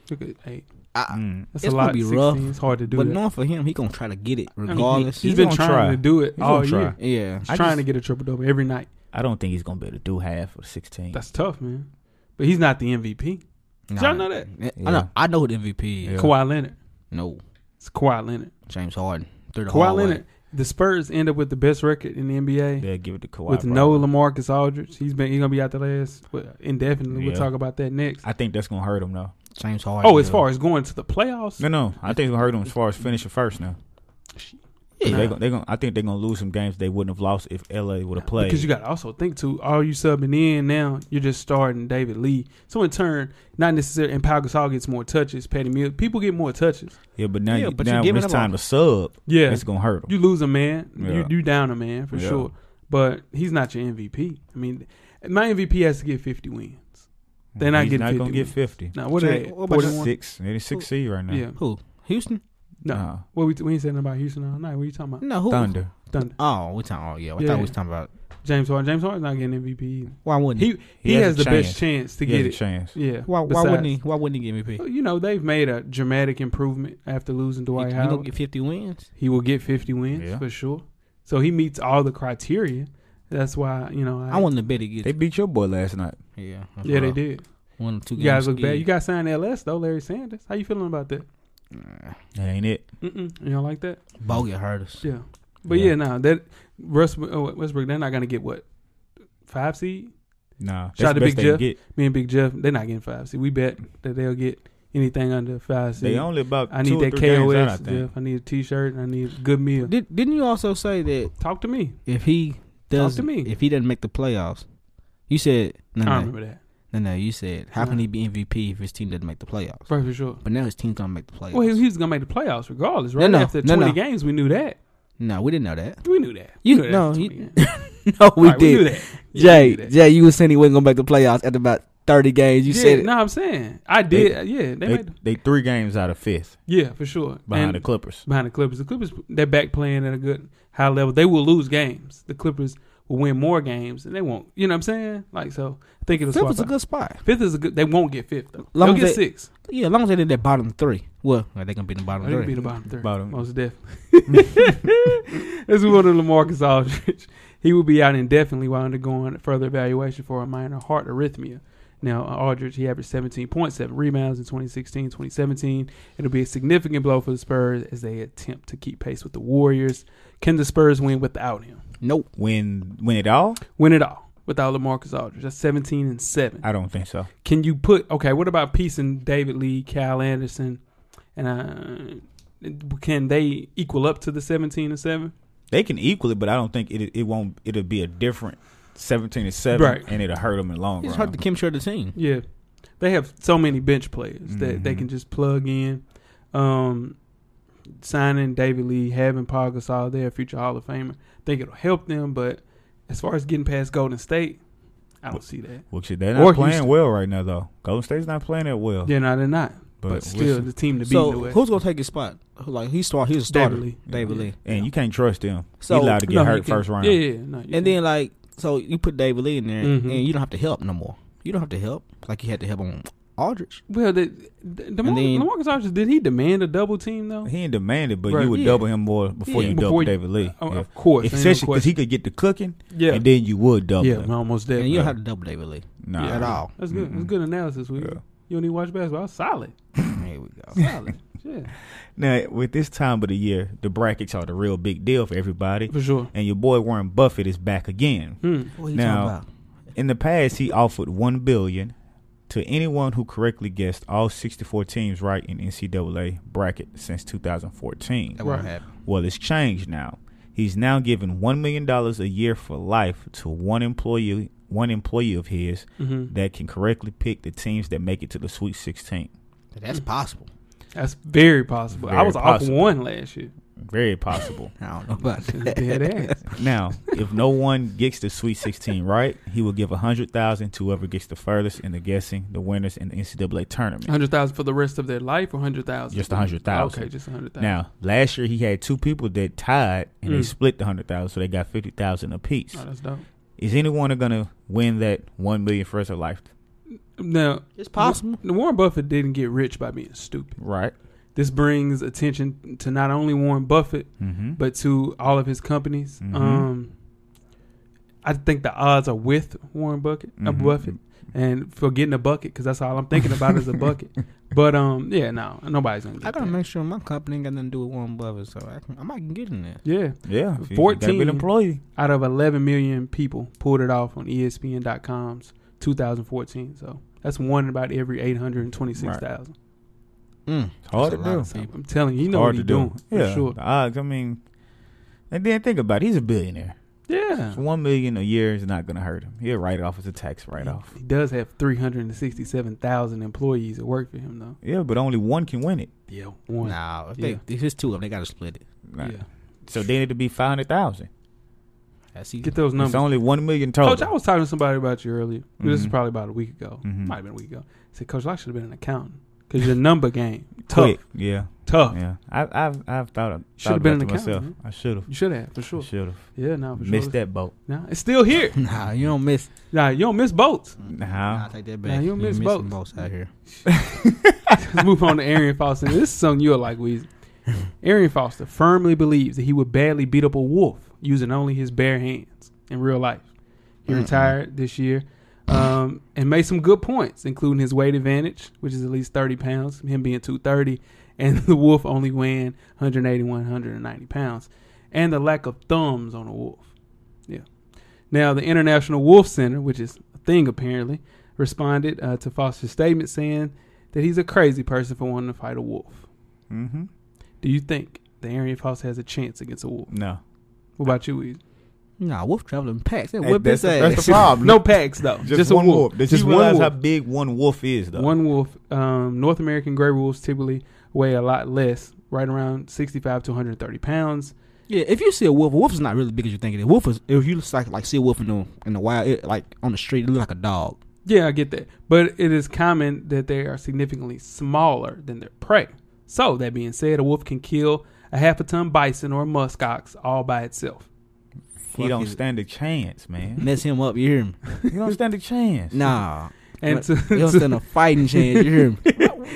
S2: He'll get eight.
S4: I,
S3: Mm.
S2: That's
S4: It's
S2: a
S4: gonna
S2: lot.
S4: be
S2: 16.
S4: rough,
S2: It's hard to do.
S4: but
S2: that.
S4: knowing for him, he gonna try to get it
S2: mean,
S4: regardless.
S2: he's
S3: He's
S2: been
S3: gonna
S2: trying
S3: try.
S2: to do it
S3: He's
S2: all
S3: gonna try.
S2: year.
S4: yeah,
S2: He's
S3: I
S2: trying
S3: just-
S2: to get a triple double every night.
S3: I don't think he's gonna be able to do half of sixteen.
S2: That's tough, man. But he's not the MVP.
S4: Nah.
S2: y'all know that?
S4: I know. I know who the MVP is.
S3: Yeah.
S2: Kawhi Leonard.
S4: No,
S2: It's Kawhi Leonard.
S4: James Harden. Through the
S2: Kawhi
S4: hallway.
S2: Leonard. The Spurs end up with the best record in the NBA
S3: They'll give it to Kawhi
S2: with
S3: probably.
S2: no Lamarcus Aldridge. He's been he's gonna be out the last what, indefinitely. We'll
S3: Yeah.
S2: talk about that next.
S3: I think that's gonna hurt him though.
S4: James Harden.
S2: Oh, as
S4: though.
S2: far as going to the playoffs,
S3: No, no. I think it's gonna hurt him as far as finishing first now.
S4: Yeah.
S3: They gon- they gon- I think they're gonna lose some games they wouldn't have lost if LA would have played.
S2: Because you got to also think too. All you subbing in now, you're just starting David Lee. So in turn, not necessarily. And Pau Gasol gets more touches. Patty Mills, people get more touches.
S3: yeah, but now,
S4: Yeah,
S3: you,
S4: but you're
S3: now when
S4: giving
S3: it's
S4: them
S3: time
S4: all-
S3: to sub,
S2: Yeah,
S3: it's gonna hurt him.
S2: you lose a man,
S3: Yeah.
S2: you you down a man for
S3: Yeah.
S2: sure. But he's not your MVP. I mean, my MVP has to get 50 wins. They're not
S3: He's
S2: getting
S3: not gonna
S2: 50
S3: get fifty.
S2: Now what are
S4: Jay,
S2: they?
S4: what about
S2: Forty one.
S3: Six, it is six C right now.
S2: Yeah.
S4: Who? Houston?
S2: No.
S3: Nah.
S2: What we, we ain't saying about Houston all night. What are you talking about?
S4: No, who?
S3: Thunder.
S2: Thunder.
S4: Oh, we talking. Oh, yeah. I
S2: Yeah.
S4: thought we was talking about.
S2: James Harden. James Harden's not getting MVP. Either.
S4: Why wouldn't he?
S2: He he, has, the best chance to
S3: he
S2: get
S3: has
S2: it.
S3: a chance.
S2: Yeah.
S4: Why, why wouldn't
S2: Besides-
S4: he? Why wouldn't he get MVP?
S2: You know, they've made a dramatic improvement after losing
S4: He,
S2: Dwight
S4: he
S2: Howard.
S4: gonna get fifty wins.
S2: he will get 50 wins
S3: Yeah.
S2: for sure. So he meets all the criteria. That's why, you know. I,
S4: I wouldn't have bet he
S3: They
S4: gets.
S3: beat your boy last night.
S4: Yeah. that's
S2: yeah, they
S4: rough.
S2: did.
S4: One or two
S2: You guys
S4: games.
S2: look bad.
S4: skid.
S2: You guys signed LS, though, Larry Sanders. How you feeling about that?
S4: Nah.
S3: That ain't it.
S2: Mm-mm. You don't like that?
S4: Ball get hurt us.
S2: Yeah. But yeah,
S3: Yeah.
S2: no, that Westbrook, oh, Westbrook, they're not going to get what? Five seed? Shout
S3: Nah.
S2: out
S3: That's
S2: to
S3: the
S2: Big
S3: best they can
S2: Jeff.
S3: get.
S2: Me and Big Jeff, they're not getting five seed. We bet that they'll get anything under five seed.
S3: They only about
S2: I
S3: two
S2: need
S3: or
S2: that
S3: three games out, I
S2: KOS,
S3: think.
S2: Jeff. I need a t shirt and I need a good meal.
S4: Did, didn't you also say that
S2: Talk to me.
S4: if he does,
S2: to me.
S4: if he doesn't make the playoffs, you said no,
S2: I
S4: no,
S2: remember that.
S4: no, no. You said how can
S2: Nah.
S4: he be MVP if his team doesn't make the playoffs?
S2: Right, for sure.
S4: But now his team's gonna make the playoffs.
S2: Well, he, he was gonna make the playoffs regardless, right?
S4: no,
S2: After
S4: no,
S2: twenty
S4: no.
S2: games, we knew that.
S4: no, we didn't know that.
S2: We knew that.
S4: You-
S2: we knew that
S4: no,
S2: after
S4: you-
S2: 20 games.
S4: (laughs) No, we
S2: Right,
S4: did.
S2: knew that. Yeah, we
S4: Jay,
S2: knew that.
S4: Jay, you were saying he wasn't gonna make the playoffs after about thirty games. You
S2: yeah,
S4: said it.
S2: No, I'm saying I did. yeah, they,
S3: They,
S2: made,
S3: they three games out of fifth
S2: yeah for sure
S3: behind
S2: And
S3: the Clippers.
S2: behind the Clippers. The Clippers they're back playing at a good high level. They will lose games. The Clippers will win more games, and they won't. You know what I'm saying? Like so, I think it'll
S4: Fifth
S2: swap
S4: was a
S2: out.
S4: good spot.
S2: Fifth is a good. They won't get fifth though.
S4: Long
S2: They'll
S4: as
S2: get
S4: they-
S2: six.
S4: Yeah, as long as they did that bottom three. Well, are they gonna be in the
S2: I
S4: bottom
S2: think it'll be the
S4: three?
S2: bottom three.
S3: Bottom.
S2: Most definitely.
S4: (laughs)
S2: That's one of Lamarcus Aldridge. He will be out indefinitely while undergoing further evaluation for a minor heart arrhythmia. Now, uh, Aldridge, he averaged 17.7 rebounds in 2016 2017. It'll be a significant blow for the Spurs as they attempt to keep pace with the Warriors. Can the Spurs win without him?
S4: Nope.
S3: Win win it all?
S2: Win it all without Lamarcus Aldridge. That's 17 and 7.
S3: I don't think so.
S2: Can you put, okay, what about Peace and David Lee, Cal Anderson, and uh, can they equal up to the 17 and 7?
S3: They can equal it, but I don't think it it won't it'll be a different seventeen to seven
S2: Right.
S3: and it'll hurt them in the long
S4: He just
S3: run.
S4: hurt the chemistry of the team.
S2: Yeah, they have so many bench players that they
S3: Mhm.
S2: can just plug in. Um, signing David Lee, having Paul Gasol there, future Hall of Famer, I think it'll help them. But as far as getting past Golden State, I don't see that.
S3: Which they're
S2: Or
S3: not playing
S2: Houston.
S3: well right now though. Golden State's not playing that well.
S2: Yeah, no, they're not. But,
S3: but
S2: still,
S3: listen,
S2: the team to beat.
S4: So
S2: in a way.
S4: who's gonna take his spot? Like he start, he's a starter.
S2: David Lee.
S4: David
S2: Yeah.
S4: Lee.
S3: and you can't trust them.
S4: So-
S3: he allowed to get
S2: No, you
S3: hurt
S2: can't.
S3: first round.
S2: Yeah, yeah, yeah. no, you
S4: And then like, so you put David Lee in there,
S2: Mhm.
S4: and you don't have to help no more. You don't have to help like you had to help on Aldrich.
S2: well, the, the, the Mar-
S4: then-
S2: Lamarcus Aldridge did he demand a double team though?
S3: He ain't demanded, but
S2: Right.
S3: you would
S4: Yeah.
S3: double him more before
S2: Yeah.
S3: you
S2: Before
S3: double
S2: you-
S3: David Lee.
S2: Oh,
S3: Yeah.
S2: Of course, ain't no
S3: Especially because
S2: question.
S3: he could get the cooking,
S2: yeah,
S3: and then you would double
S2: yeah,
S3: him.
S2: man, almost
S4: and
S2: dead.
S4: you
S3: yeah.
S4: don't have to double David Lee
S3: Nah.
S2: Yeah.
S4: at all.
S2: That's good. That's
S3: Mm-mm.
S2: good analysis. Will.
S3: Mm-hmm. Yeah. (laughs)
S2: You don't even watch basketball. Solid,
S4: Here we go.
S2: solid. Yeah,
S3: Now, with this time of the year, the brackets are the real big deal for everybody.
S2: for sure.
S3: And your boy Warren Buffett is back again.
S2: Hmm.
S4: What are you
S3: Now-
S4: talking about?
S3: In the past, he offered one billion to anyone who correctly guessed all 64 teams right in NCAA bracket since 2014.
S4: That won't
S2: Right.
S4: happen.
S3: Well, it's changed now. He's now giving one million dollars a year for life to one employee, one employee of his
S2: Mhm.
S3: that can correctly pick the teams that make it to the Sweet 16.
S4: That's possible.
S2: That's very possible. I
S3: Very
S2: was
S3: possible.
S2: off one last
S3: (laughs)
S2: year.
S3: Very possible.
S4: I don't know
S2: (laughs)
S4: about that.
S2: Dead ass.
S3: now, if no one gets the Sweet 16 right, he will give a hundred thousand to whoever gets the furthest in the guessing, the winners in the NCAA tournament.
S2: Hundred thousand for the rest of their life, or hundred thousand?
S3: Just 100,000.
S2: Okay, just a hundred thousand.
S3: Now, last year he had two people that tied and they
S2: Mm.
S3: split the hundred thousand, so they got fifty thousand apiece.
S2: Oh, that's dope.
S3: Is anyone gonna win that one million for his life?
S2: Now,
S4: It's possible.
S2: Warren Buffett didn't get rich by being stupid.
S3: Right.
S2: This brings attention to not only Warren Buffett
S3: Mm-hmm.
S2: but to all of his companies.
S3: Mhm.
S2: Um, I think the odds are with Warren Bucket, uh,
S3: Mhm.
S2: Buffett, and for getting a bucket because that's all I'm thinking about
S3: (laughs)
S2: is a bucket. But um, yeah, no, nobody's gonna get
S4: I gotta
S2: that.
S4: make sure my company ain't got nothing to do with Warren Buffett, so I, can, I might can get in there.
S2: yeah,
S3: Yeah, if you- you gotta be
S2: 14.
S3: an employee.
S2: out of 11 million people pulled it off on E ESPN.com's 2014. So that's one in about every 826,000.
S4: Mm.
S3: It's hard
S4: That's
S3: to
S4: a lot
S3: do.
S4: of people.
S2: I'm telling you, you know
S3: hard
S2: what
S3: to
S2: he's
S3: do.
S2: doing
S3: yeah,
S2: for sure.
S3: the odds. I mean, and then think about it. He's a billionaire.
S2: Yeah,
S3: So one million a year is not gonna hurt him. He'll write it off as a tax write-off.
S2: He does have 367,000 employees that work for him though.
S3: Yeah, but only one can win it.
S2: Yeah, one.
S4: Nah, if
S2: Yeah.
S4: they if it's two of them, they gotta split it.
S3: Like,
S2: Yeah,
S3: So then it'll be five hundred thousand.
S4: That's easy.
S2: get those numbers.
S3: It's only one million total.
S2: Coach, I was talking to somebody about you earlier. This is
S3: Mhm.
S2: probably about a week ago.
S3: Mhm.
S2: Might have been a week ago. I said, Coach, I should have been an accountant because your number game tough,
S3: (laughs) Quick. Yeah,
S2: tough.
S3: yeah. I, I've I've thought of
S2: Should've
S3: thought
S2: been
S3: about
S2: an
S3: it myself.
S2: accountant,
S3: I should have.
S2: You should have for sure.
S3: Should have
S2: Yeah, no, for
S3: missed
S2: sure.
S3: that boat.
S2: Nah, it's still here.
S4: (laughs) Nah, you don't miss.
S2: Nah, you don't miss boats.
S3: Nah.
S4: I take that
S2: Nah,
S4: back.
S2: you don't miss
S4: missing
S2: both.
S4: both out here.
S2: Let's move on to Arian Foster. This is something you'll like, Weezy. Arian Foster firmly believes that he would badly beat up a wolf using only his bare hands in real life. He
S4: Mm-mm.
S2: retired this year um, and made some good points, including his weight advantage, which is at least 30 pounds, him being 230, and (laughs) the wolf only weighing 181, 190 pounds, and the lack of thumbs on a wolf. Yeah. Now, the International Wolf Center, which is a thing apparently, responded uh, to Foster's statement saying that he's a crazy person for wanting to fight a wolf.
S3: Mm-hmm.
S2: Do you think the Arian Foster has a chance against a wolf?
S3: No.
S2: What about you, Weezy?
S4: Nah, Wolf traveling packs. That
S3: Hey,
S4: whip
S3: that's,
S4: his
S3: the,
S4: ass.
S3: that's the problem.
S2: No packs though.
S3: just,
S2: Just,
S3: one
S2: a
S3: wolf.
S2: wolf.
S3: Does
S2: Just
S3: you realize
S2: one
S3: how
S2: wolf.
S3: big one wolf is, though?
S2: One wolf. Um, North American gray wolves typically weigh a lot less, right around 65 to 130 pounds.
S4: Yeah, if you see a wolf, a wolf is not really big as you think it is. Wolf is if you just like like see a wolf in the in the wild, it, like on the street, it look like a dog.
S2: Yeah, I get that. But it is common that they are significantly smaller than their prey. So, that being said, a wolf can kill a half a ton bison or musk ox all by itself.
S3: He
S4: Fuck
S3: don't
S4: is-
S3: stand a chance, man.
S2: (laughs)
S4: Mess him up, you hear me?
S3: he don't stand a chance. (laughs)
S4: Nah,
S2: And
S4: Right.
S2: to,
S4: he
S2: (laughs)
S4: don't
S2: to-
S4: stand a fighting chance, you hear me?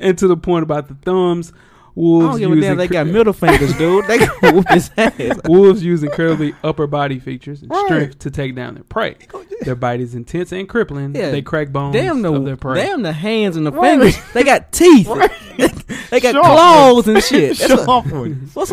S2: and to the point about the thumbs,
S4: I
S2: (laughs) wolves
S4: don't give a
S2: use
S4: damn. They
S2: incre-
S4: got middle fingers, dude. They gonna whoop
S2: (laughs)
S4: his ass.
S2: Wolves use incredibly upper body features and
S4: Right.
S2: strength to take down their prey. Their bite is intense and crippling.
S4: Yeah.
S2: They crack bones
S4: Damn the
S2: of their prey.
S4: damn the hands and the fingers. They got teeth. (laughs) they got
S3: Sharp
S4: claws and shit. That's what-
S3: Sharp one.
S4: what's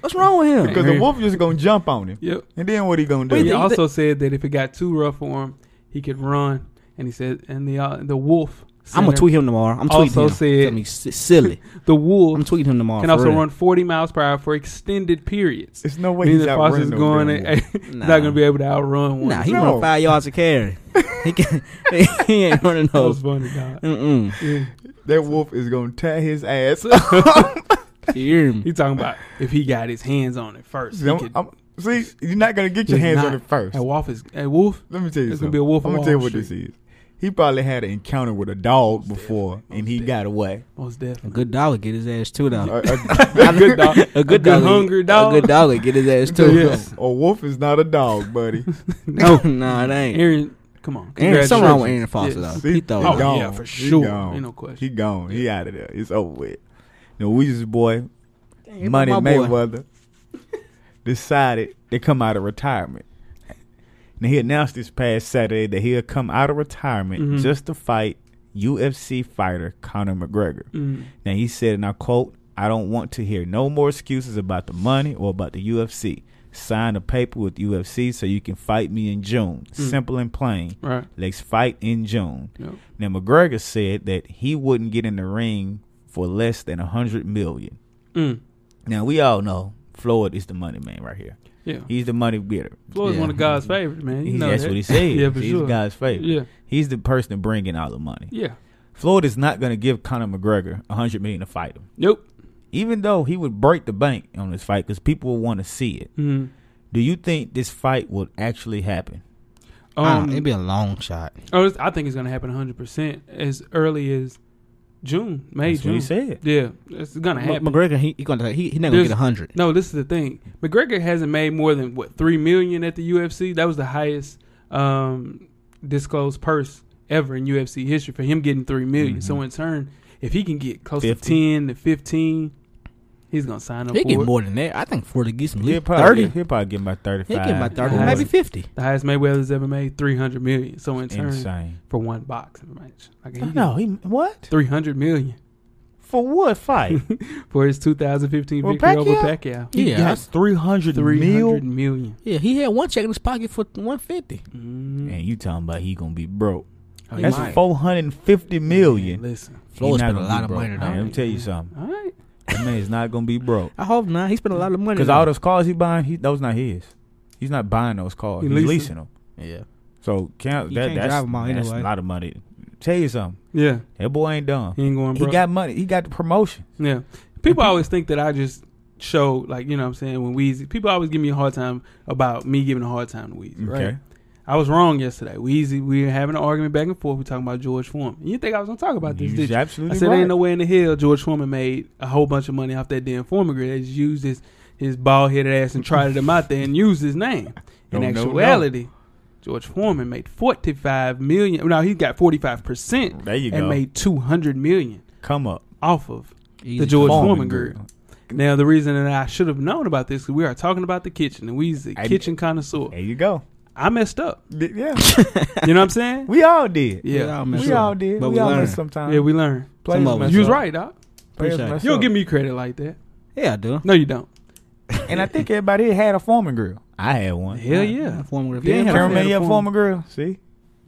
S4: what's wrong with him?
S3: (laughs) Because the wolf just gonna jump on him,
S2: Yep.
S3: and then what he gonna do?
S4: Wait,
S2: He
S4: they-
S2: also said that if it got too rough for him, he could run. And he said, and the uh, the wolf.
S4: I'm gonna
S2: center-
S4: tweet him tomorrow. I'm tweeting
S2: Also
S4: him.
S2: said-
S4: Tell me, s- silly.
S2: The wolf
S4: I'm tweeting him tomorrow.
S2: can
S4: for
S2: also
S4: real.
S2: run 40 miles per hour for extended periods.
S3: There's no way
S2: Meaning
S3: he's
S2: that
S3: outrunning
S2: Foster's
S3: no
S2: going,
S3: damn wolf.
S2: and, (laughs)
S4: Nah.
S2: not going to be able to outrun one.
S4: Nah, he
S3: No.
S4: run five yards a carry. he can. (laughs) he ain't running
S2: that was
S4: those.
S2: funny, dog.
S4: Mm-mm.
S2: Yeah.
S3: That wolf is gonna tear
S2: (laughs)
S3: his ass. (laughs)
S4: You hear me?
S2: He talking about if he got his hands on it first.
S3: See,
S2: He
S3: I'm-
S2: could,
S3: I'm- see, you're not gonna get your
S4: He's
S3: hands
S4: not.
S3: on it first.
S2: a wolf is a wolf.
S3: Let me tell you
S2: It's
S3: something.
S2: gonna be a wolf
S3: I'm
S2: on
S3: gonna tell you
S2: Wall
S3: what this is. He probably had an encounter with a dog before, and he
S2: definitely.
S3: got away.
S2: Most
S4: A
S2: definitely.
S4: good dog would get his ass too,
S3: A,
S4: though.
S3: (laughs) a-
S2: A (laughs) good dog.
S4: A
S2: good
S4: dog,
S2: hungry dog.
S4: A good dog would get his ass too.
S2: Yes.
S3: a wolf is not a dog, buddy.
S2: No,
S4: (laughs) nah, it ain't.
S2: (laughs) Aaron, come on.
S4: Aaron, something wrong with
S2: Congratulations.
S4: Aaron Foster
S2: Yes.
S4: though. He
S3: See,
S4: thought
S3: he
S2: Oh,
S3: gone.
S2: yeah, for
S3: He
S2: sure.
S3: gone.
S2: Ain't no question.
S3: He gone. He out of there. It's over with. The Weezy's boy,
S4: hit
S3: Money
S4: my boy.
S3: Mayweather, decided to come out of retirement. Now he announced this past Saturday that he'll come out of retirement
S2: Mhm.
S3: just to fight UFC fighter Conor McGregor.
S2: Mm.
S3: Now he said, and I quote, I don't want to hear no more excuses about the money or about the UFC. Sign a paper with UFC so you can fight me in June.
S2: Hmm.
S3: Simple and plain.
S2: Right.
S3: Let's fight in June.
S2: Yep.
S3: Now McGregor said that he wouldn't get in the ring for less than a hundred million.
S2: Mm.
S3: Now we all know Floyd is the money man right here.
S2: Yeah.
S3: He's the money getter.
S2: Floyd's
S4: Yeah.
S2: one of God's favorites, man. You
S3: He-
S2: know
S3: that's
S2: that.
S3: what he said.
S2: (laughs) yeah, for
S3: He's
S2: sure.
S3: God's favorite.
S2: Yeah.
S3: He's the person to bring in all the money.
S2: Yeah.
S3: Floyd is not going to give Conor McGregor a hundred million to fight him,
S2: Nope.
S3: even though he would break the bank on this fight because people will want to see it.
S2: Mm.
S3: Do you think this fight will actually happen? Ah,
S4: Um,
S2: Um,
S4: it'd be a long shot.
S2: oh, it's- I think it's gonna happen 100 percent as early as June, May,
S3: That's
S2: June.
S3: what he said.
S2: Yeah, it's gonna
S4: M-
S2: happen.
S4: McGregor, he, he gonna he, he not gonna
S2: There's-
S4: get a hundred.
S2: No, this is the thing. McGregor hasn't made more than what three million at the UFC. That was the highest um, disclosed purse ever in UFC history for him getting three million.
S3: Mhm.
S2: So in turn, if he can get close
S3: 50.
S2: to ten to fifteen, he's gonna sign up
S4: He
S2: for
S4: get
S2: it.
S4: more than that. I think forty gets him at
S3: He'll
S4: least
S3: probably,
S4: thirty.
S3: He'll probably get about
S4: He
S3: thirty-five.
S4: get my thirty,
S2: Five.
S4: maybe fifty.
S2: The highest Mayweather's ever made three hundred million. So in turn,
S3: Insane.
S2: for one boxing match, like he
S3: No, he what?
S2: three hundred million
S3: For what
S4: (laughs)
S3: fight?
S2: for his 2015
S3: Well,
S2: victory over
S3: Pacquiao?
S2: Pacquiao.
S4: Yeah,
S3: that's three hundred
S2: Three hundred
S3: million.
S2: million.
S4: Yeah, he had one check in his pocket for one fifty.
S2: Mm.
S3: And you talking about he gonna be broke?
S2: Oh,
S4: He
S3: That's
S2: yeah.
S4: might.
S3: four hundred and fifty million.
S2: Listen,
S4: Floyd
S3: He not
S4: spent a
S3: gonna
S4: lot
S3: be
S4: of
S3: broke.
S4: money
S3: Man, Let
S4: though.
S3: me tell you something.
S2: all right.
S3: That man is not gonna be broke
S4: (laughs) I hope not. He spent a lot of money.
S3: because
S4: though.
S3: all those cars he buying, he, those not his. He's not buying those cars.
S2: He
S3: He's
S2: leasing.
S3: leasing them.
S4: yeah.
S3: So count
S4: You
S3: that.
S4: can't
S3: that's
S4: drive 'em out
S3: that's
S4: anyway.
S3: a lot of money. Tell you something.
S2: Yeah,
S3: That boy ain't done.
S2: he ain't going.
S3: He
S2: broke.
S3: got money. He got the promotion.
S2: Yeah. People always think that I just show, like, you know what I'm saying, when Weezy. People always give me a hard time about me giving a hard time to Weezy, right? I was wrong yesterday. Weezy, we were having an argument back and forth. We talking about George Foreman. You didn't think I was going to talk about this,
S3: You
S2: did you? I
S3: absolutely
S2: said,
S3: right.
S2: ain't no way in the hell George Foreman made a whole bunch of money off that damn Foreman grill. They just used his, his bald headed ass and trotted him out there and used his
S3: (laughs)
S2: name. In
S3: No, no, no.
S2: actuality, George Foreman made 45 million. No, he got 45%
S3: There you
S2: and
S3: go.
S2: made 200 million
S3: Come up.
S2: off of
S4: Easy
S2: the George
S4: come on.
S3: Foreman
S2: Foreman
S3: grill.
S2: grill. Now the reason that I should have known about this, 'cause we are talking about the kitchen, and we's a
S3: I-
S2: kitchen
S4: (laughs)
S2: connoisseur.
S3: There you go.
S2: I messed up.
S3: D- Yeah,
S2: You know what I'm
S4: (laughs)
S2: saying?
S3: we all did.
S4: Yeah,
S2: Yeah,
S4: I
S3: we
S4: mess up.
S3: all did.
S4: But
S3: we
S4: we
S3: all
S4: learned.
S3: missed sometimes.
S2: yeah, we learned.
S3: Players
S4: Some of
S3: mess
S4: us.
S2: You was
S3: up.
S2: right, doc.
S3: Players
S4: Appreciate
S3: mess
S4: it.
S2: You don't
S3: up.
S2: give me credit like that.
S4: Yeah, I do.
S2: No, you don't.
S3: And I think everybody here had a Foreman grill. I had one.
S2: Hell yeah.
S4: Foreman, if
S2: Yeah,
S4: he ain't had
S2: Foreman.
S3: Cameraman,
S2: had
S3: you
S2: a
S3: had a
S2: Foreman.
S3: Foreman grill. See,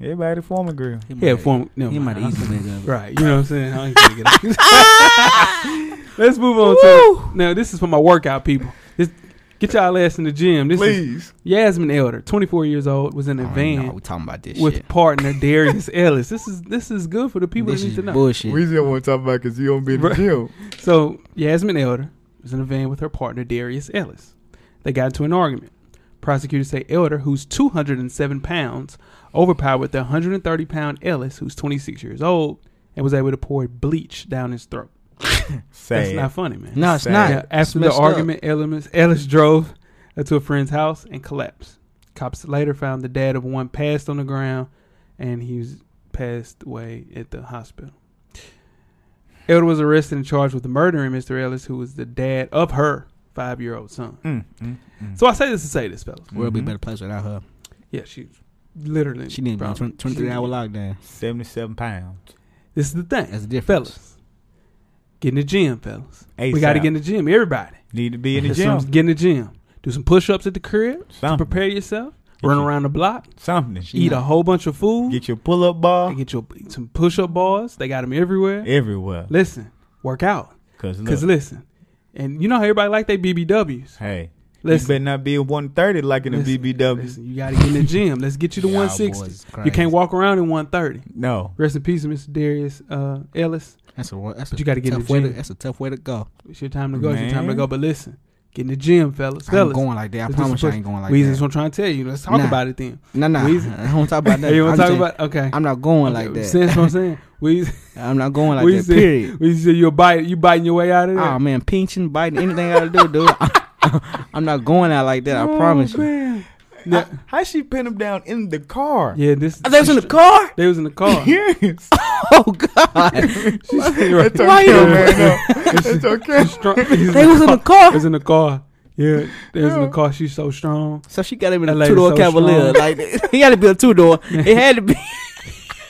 S3: everybody had a Foreman grill.
S4: He might
S2: Yeah,
S4: have-
S2: form. No,
S4: He
S2: (laughs)
S4: might have easily been good.
S2: Right. You know what I'm saying? I ain't gonna get it. (laughs)
S4: (laughs)
S2: Let's move on to now. This is for my workout people. This, get y'all ass in the gym. This is
S3: Please.
S2: Yasmin Elder, 24 years old, was in a van
S4: we talking about this
S2: with
S4: Oh, shit.
S2: partner Darius Ellis. This is this is good for the people
S4: this
S2: that need
S4: is
S2: to know.
S4: bullshit.
S3: We just don't want to talk about because you don't be in the
S2: Right.
S3: gym.
S2: So Yasmin Elder was in a van with her partner Darius Ellis. They got into an argument. Prosecutors say Elder, who's 207 pounds, overpowered the 130 pound Ellis, who's 26 years old, and was able to pour bleach down his throat. That's
S3: Sad.
S2: not funny, man.
S4: no, it's
S3: Sad.
S4: not.
S2: Yeah, after
S4: It's
S2: the
S4: messed up.
S2: argument, Ellis, Ellis drove to a friend's house and collapsed. Cops later found the dad of one passed on the ground, and he was passed away at the hospital. Elder was arrested and charged with murdering Mr. Ellis, who was the dad of her five-year-old son.
S3: Mm, mm, mm.
S2: So I say this to say this, fellas.
S4: World be a
S3: Mhm.
S4: better place without her.
S2: Yeah, she literally.
S4: She needs a
S2: bro,
S4: 20 23
S2: she-
S4: hour lockdown.
S3: Seventy-seven pounds.
S2: This is the thing,
S4: That's the difference.
S2: fellas. Get in the gym, fellas.
S3: ASAP.
S2: We got to get in the gym, everybody.
S3: Need to be in the
S2: That's what I'm-
S3: gym.
S2: Get in the gym. Do some push-ups at the crib. to
S3: Something.
S2: (laughs) prepare yourself, run
S3: Mhm.
S2: around the block,
S3: Something.
S4: She
S2: eat
S4: not-
S2: a whole bunch of food,
S3: Get your pull-up bar
S2: and get your some push up bars. They got them everywhere.
S3: everywhere.
S2: Listen, work out,
S3: Cause,
S2: cause
S3: look,
S2: listen, and you know how everybody like their BBWs.
S3: hey, you
S2: Listen,
S3: better not be a one thirty like in the
S2: Listen,
S3: BBW.
S2: listen, you gotta get in the gym. Let's get you to
S4: (laughs) Y'all
S2: one sixty.
S4: boys crazy.
S2: You can't walk around in one thirty.
S3: No.
S2: Rest in peace, Mr. Darius uh, Ellis.
S4: That's a wa- that's a
S2: But you gotta get in
S4: tough
S2: the
S4: way. To,
S2: gym.
S4: that's a tough way to go.
S2: It's your time to go. It's your time to
S3: Man.
S2: go. But listen, get in the gym, fellas.
S4: I ain't
S2: Fellas,
S4: going like that. I
S2: Let's do
S4: promise
S2: some
S4: you, I ain't going like
S2: Weezy's
S4: that.
S2: what I'm trying to tell you. Let's talk
S4: Nah.
S2: about it then.
S4: No, no,
S2: Weezy-
S4: (laughs) I don't
S2: (laughs)
S4: talk about that.
S2: Hey, you
S4: I'm
S2: want to talk
S4: saying-
S2: about? Okay.
S4: I'm not going like
S2: Okay,
S4: that.
S2: Sense what I'm
S4: (laughs)
S2: saying. Weezy,
S4: I'm not going like
S2: We
S4: that.
S2: said-
S4: Period.
S2: Well, you said you're biting, you biting your way out of there.
S4: Oh man, pinching, biting, anything I gotta do, dude. (laughs) I'm not going out like that. I
S2: Oh,
S4: promise you.
S2: man. Yeah,
S3: How- How she pin him down in the car?
S2: yeah. This
S4: Oh, They was in the car.
S2: (laughs) They was in the car. (laughs)
S3: (laughs) Yes.
S4: (laughs) Oh God,
S2: (laughs)
S3: It's okay,
S4: Why you-
S3: man. No. It's okay.
S2: Strong- they
S4: (laughs) they was in the
S2: They
S4: car.
S2: was in the car. Yeah, they was in the car. She's so strong.
S4: So she got him in
S2: That
S4: a
S2: lady
S4: two door
S2: so
S4: Cavalier.
S2: strong.
S4: (laughs) Like he had to be a two door. It had to be.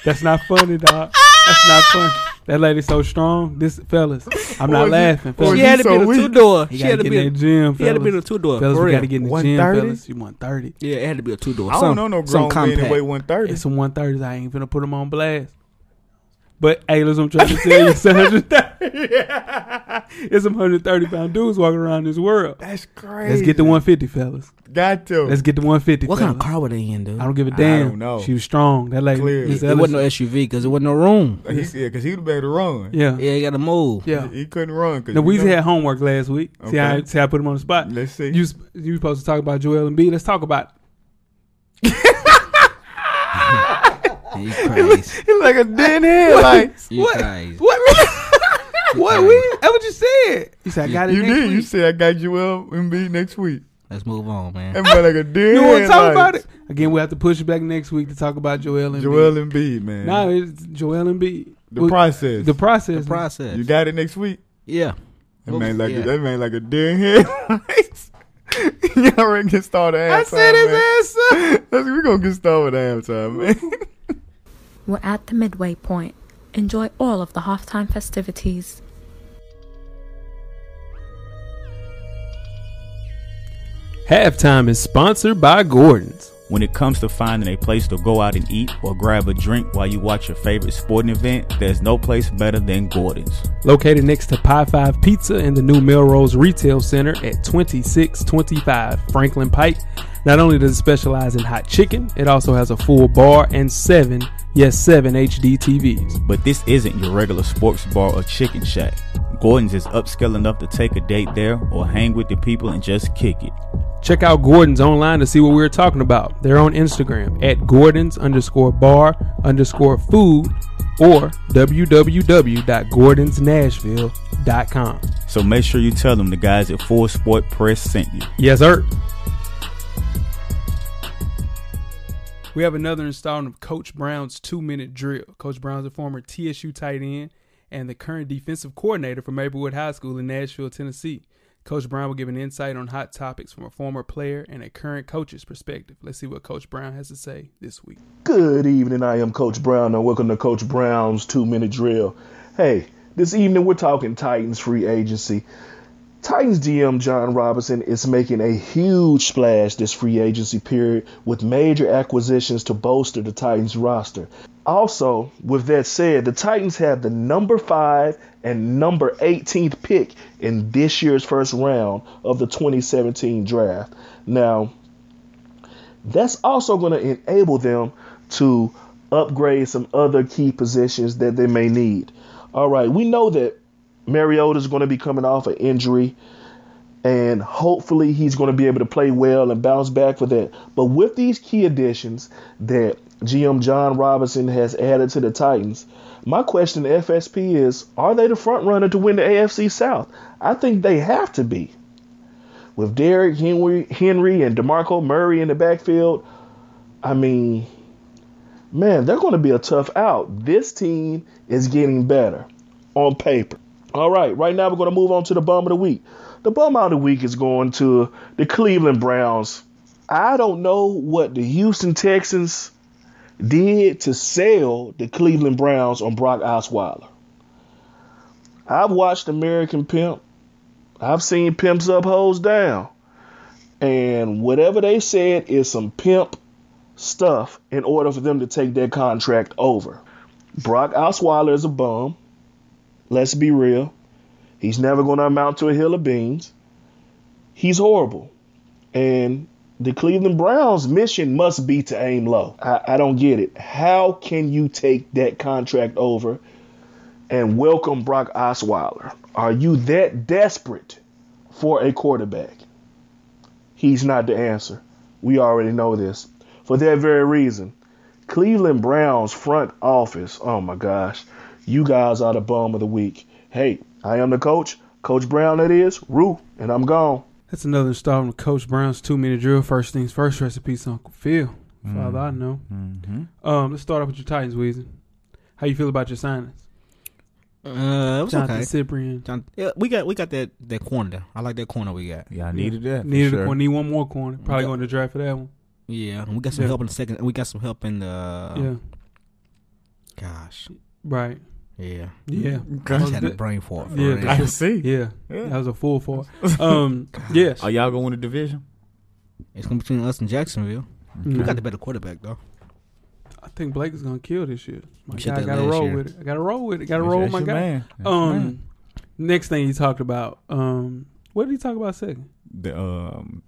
S2: That's not funny, dog. That's not fun. That lady's so strong. This fellas, I'm
S3: Or
S2: not
S3: is it-
S2: laughing.
S3: or
S2: Fellas,
S3: is
S4: She
S3: it
S4: had to
S3: so
S4: be in a
S3: weak?
S4: two door.
S2: you
S4: She
S2: gotta
S4: had to
S2: get
S4: be.
S2: in
S4: a-
S2: that gym.
S4: She had to be in
S2: fellas.
S4: a two door.
S2: Fellas,
S4: For
S2: we
S4: real.
S2: gotta get in the gym,
S3: 130?
S2: fellas. You 130.
S4: Yeah, it had to be a two door.
S3: I don't know no
S4: some
S3: grown men that
S4: compact.
S3: weigh 130.
S2: It's some 130s. I ain't finna put them on blast. But hey, listen, I'm trying to tell you, it's 130. (laughs) it's some 130 pound dudes walking around this world.
S3: That's crazy.
S2: Let's get to 150, fellas.
S3: Got to.
S2: Let's get to 150.
S4: What kind of
S2: fellas.
S4: car were they in, dude?
S2: I don't give a
S3: I
S2: damn.
S3: don't know.
S2: She was strong. That lady.
S3: Clearly.
S2: Miss
S4: It
S2: Ellis-
S4: wasn't no SUV because it wasn't no room.
S3: he, yeah, because he would have better run.
S2: yeah.
S4: Yeah, you got
S3: (laughs)
S4: to move.
S2: Yeah.
S3: He couldn't run. 'cause
S2: Now,
S3: you
S2: Weezy
S3: know-
S2: had homework last week. See, how I,
S3: Okay.
S2: see how I put him on the spot.
S3: Let's see.
S2: You sp- you supposed to talk about Joel and B. Let's talk about it. (laughs)
S4: You crazy.
S3: He's like a (laughs) dead head. like,
S4: You crazy.
S2: What? what? We? That's what you said. You said I got it.
S3: you
S2: next
S3: did. You
S2: week.
S3: said, I got you up MB next week.
S4: Let's move on, man.
S3: That man like a dead
S2: You want
S3: head,
S2: to talk
S3: like,
S2: about it again? We will have to push it back next week to talk about Joel and
S3: Joel Embiid, man.
S2: No, it's Joel and B.
S3: the process.
S2: The process.
S4: The process.
S3: you got it next week.
S4: yeah.
S3: That
S4: What
S3: man
S4: was-
S3: like
S4: yeah.
S3: that man like a dead head. (laughs) Y'all already get started. at
S2: I
S3: halftime,
S2: said his
S3: man.
S2: ass up.
S3: Let's, we gonna get started at halftime, man. (laughs)
S1: We're at the midway point. Enjoy all of the halftime festivities.
S2: Halftime is sponsored by Gordon's.
S5: When it comes to finding a place to go out and eat or grab a drink while you watch your favorite sporting event, there's no place better than Gordon's.
S2: Located next to Pie 5 Pizza in the new Melrose Retail Center at 2625 Franklin Pike. Not only does it specialize in hot chicken, it also has a full bar and seven, yes, seven HD TVs.
S5: But this isn't your regular sports bar or chicken shack. Gordon's is upscale enough to take a date there or hang with the people and just kick it.
S2: Check out Gordon's online to see what we were talking about. They're on Instagram at Gordon's underscore bar underscore food or www.gordonsnashville.com.
S5: So make sure you tell them the guys at Full Sport Press sent you.
S2: Yes, sir. We have another installment of Coach Brown's two minute drill. Coach Brown's a former TSU tight end and the current defensive coordinator for Maplewood High School in Nashville, Tennessee. Coach Brown will give an insight on hot topics from a former player and a current coach's perspective. Let's see what Coach Brown has to say this week.
S6: Good evening. I am Coach Brown, and welcome to Coach Brown's Two Minute Drill. Hey, this evening we're talking Titans free agency. Titans GM John Robinson is making a huge splash this free agency period with major acquisitions to bolster the Titans roster. Also, with that said, the Titans have the number 5 and number 18th pick in this year's first round of the 2017 draft. Now, that's also going to enable them to upgrade some other key positions that they may need. All right, we know that Mariota is going to be coming off an injury, and hopefully he's going to be able to play well and bounce back for that. But with these key additions that GM John Robinson has added to the Titans, my question to FSP is: Are they the front runner to win the AFC South? I think they have to be with Derrick Henry, Henry and DeMarco Murray in the backfield, I mean, man, they're going to be a tough out. This team is getting better on paper. All right, right now we're going to move on to the bum of the week. The bum out of the week is going to the Cleveland Browns. I don't know what the Houston Texans did to sell the Cleveland Browns on Brock Osweiler. I've watched American Pimp. I've seen pimps up, hoes down. And whatever they said is some pimp stuff in order for them to take their contract over. Brock Osweiler is a bum. Let's be real. He's never going to amount to a hill of beans. He's horrible. And the Cleveland Browns' mission must be to aim low. I, I don't get it. How can you take that contract over and welcome Brock Osweiler. Are you that desperate for a quarterback? He's not the answer. We already know this. For that very reason, Cleveland Browns front office, oh my gosh, you guys are the bum of the week. Hey, I am the coach, Coach Brown, that is, Rue, and I'm gone.
S2: That's another installment of Coach Brown's two minute drill. First things first, recipes Uncle Phil. Father, I know.
S5: Mm-hmm.
S2: Um, let's start off with your Titans, Weezy. How you feel about your signings?
S4: Uh, it was
S2: Jonathan
S4: okay.
S2: Cyprian.
S4: John, yeah, we got we got that that corner. I like that corner we got.
S5: Yeah, I needed that. for
S2: Needed
S5: sure.
S2: a corner. Need one more corner. Probably
S4: Yeah.
S2: going to draft for that one.
S4: Yeah, and we got some
S2: Yeah.
S5: Oh.
S4: help in the second. and We got some help in the.
S2: yeah.
S4: Gosh,
S2: Right.
S4: Yeah.
S2: Yeah.
S4: I just
S2: Most
S4: had a
S2: de-
S4: brain fart for
S2: Yeah,
S4: real.
S2: I
S3: (laughs) I see.
S2: yeah.
S3: Yeah.
S2: That was a full four.
S5: (laughs)
S2: Um, yeah.
S5: Are y'all going to division?
S4: It's going to be between us and Jacksonville. We got the better quarterback, though.
S2: I think Blake is gonna kill this year. My
S4: Shit
S2: guy, I
S4: that
S2: gotta
S4: last
S2: roll
S4: year.
S2: with it. I gotta roll with it. Gotta roll with my
S5: That's your
S2: guy.
S5: man. That's your man.
S2: Um, next thing he talked about. Um, what did he talk about second?
S5: the um,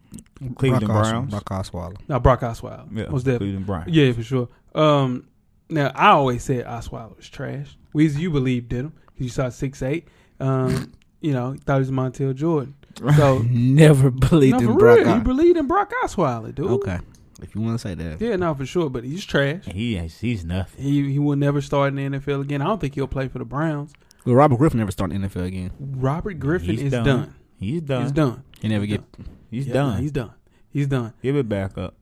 S5: Cleveland
S4: Brock Os-
S5: Browns.
S4: Brock Osweiler.
S2: No, Brock Osweiler.
S5: yeah,
S2: most definitely.
S5: Cleveland Browns.
S2: Yeah, for sure. Um, now I always said Osweiler was trash. Weezy, you believed in him because you saw six eight.
S5: (laughs)
S2: Um, you know, you thought he was Montel Jordan. So
S4: Never believed
S2: no,
S4: in
S2: for
S4: Brock
S2: real, you
S4: Os-
S2: believed in Brock Osweiler, dude.
S4: Okay. If you want to say that.
S2: Yeah, no, for sure. But he's trash.
S5: He is, he's nothing.
S2: He he will never start in the NFL again. I don't think he'll play for the Browns.
S4: Well, Robert Griffin never started in the NFL again.
S2: Robert Griffin
S5: He's
S2: is
S5: done.
S2: done.
S5: He's done.
S2: He's done.
S4: He never get.
S5: He's
S2: Yeah,
S5: done.
S2: no, He's done. He's done.
S5: he'll be back up.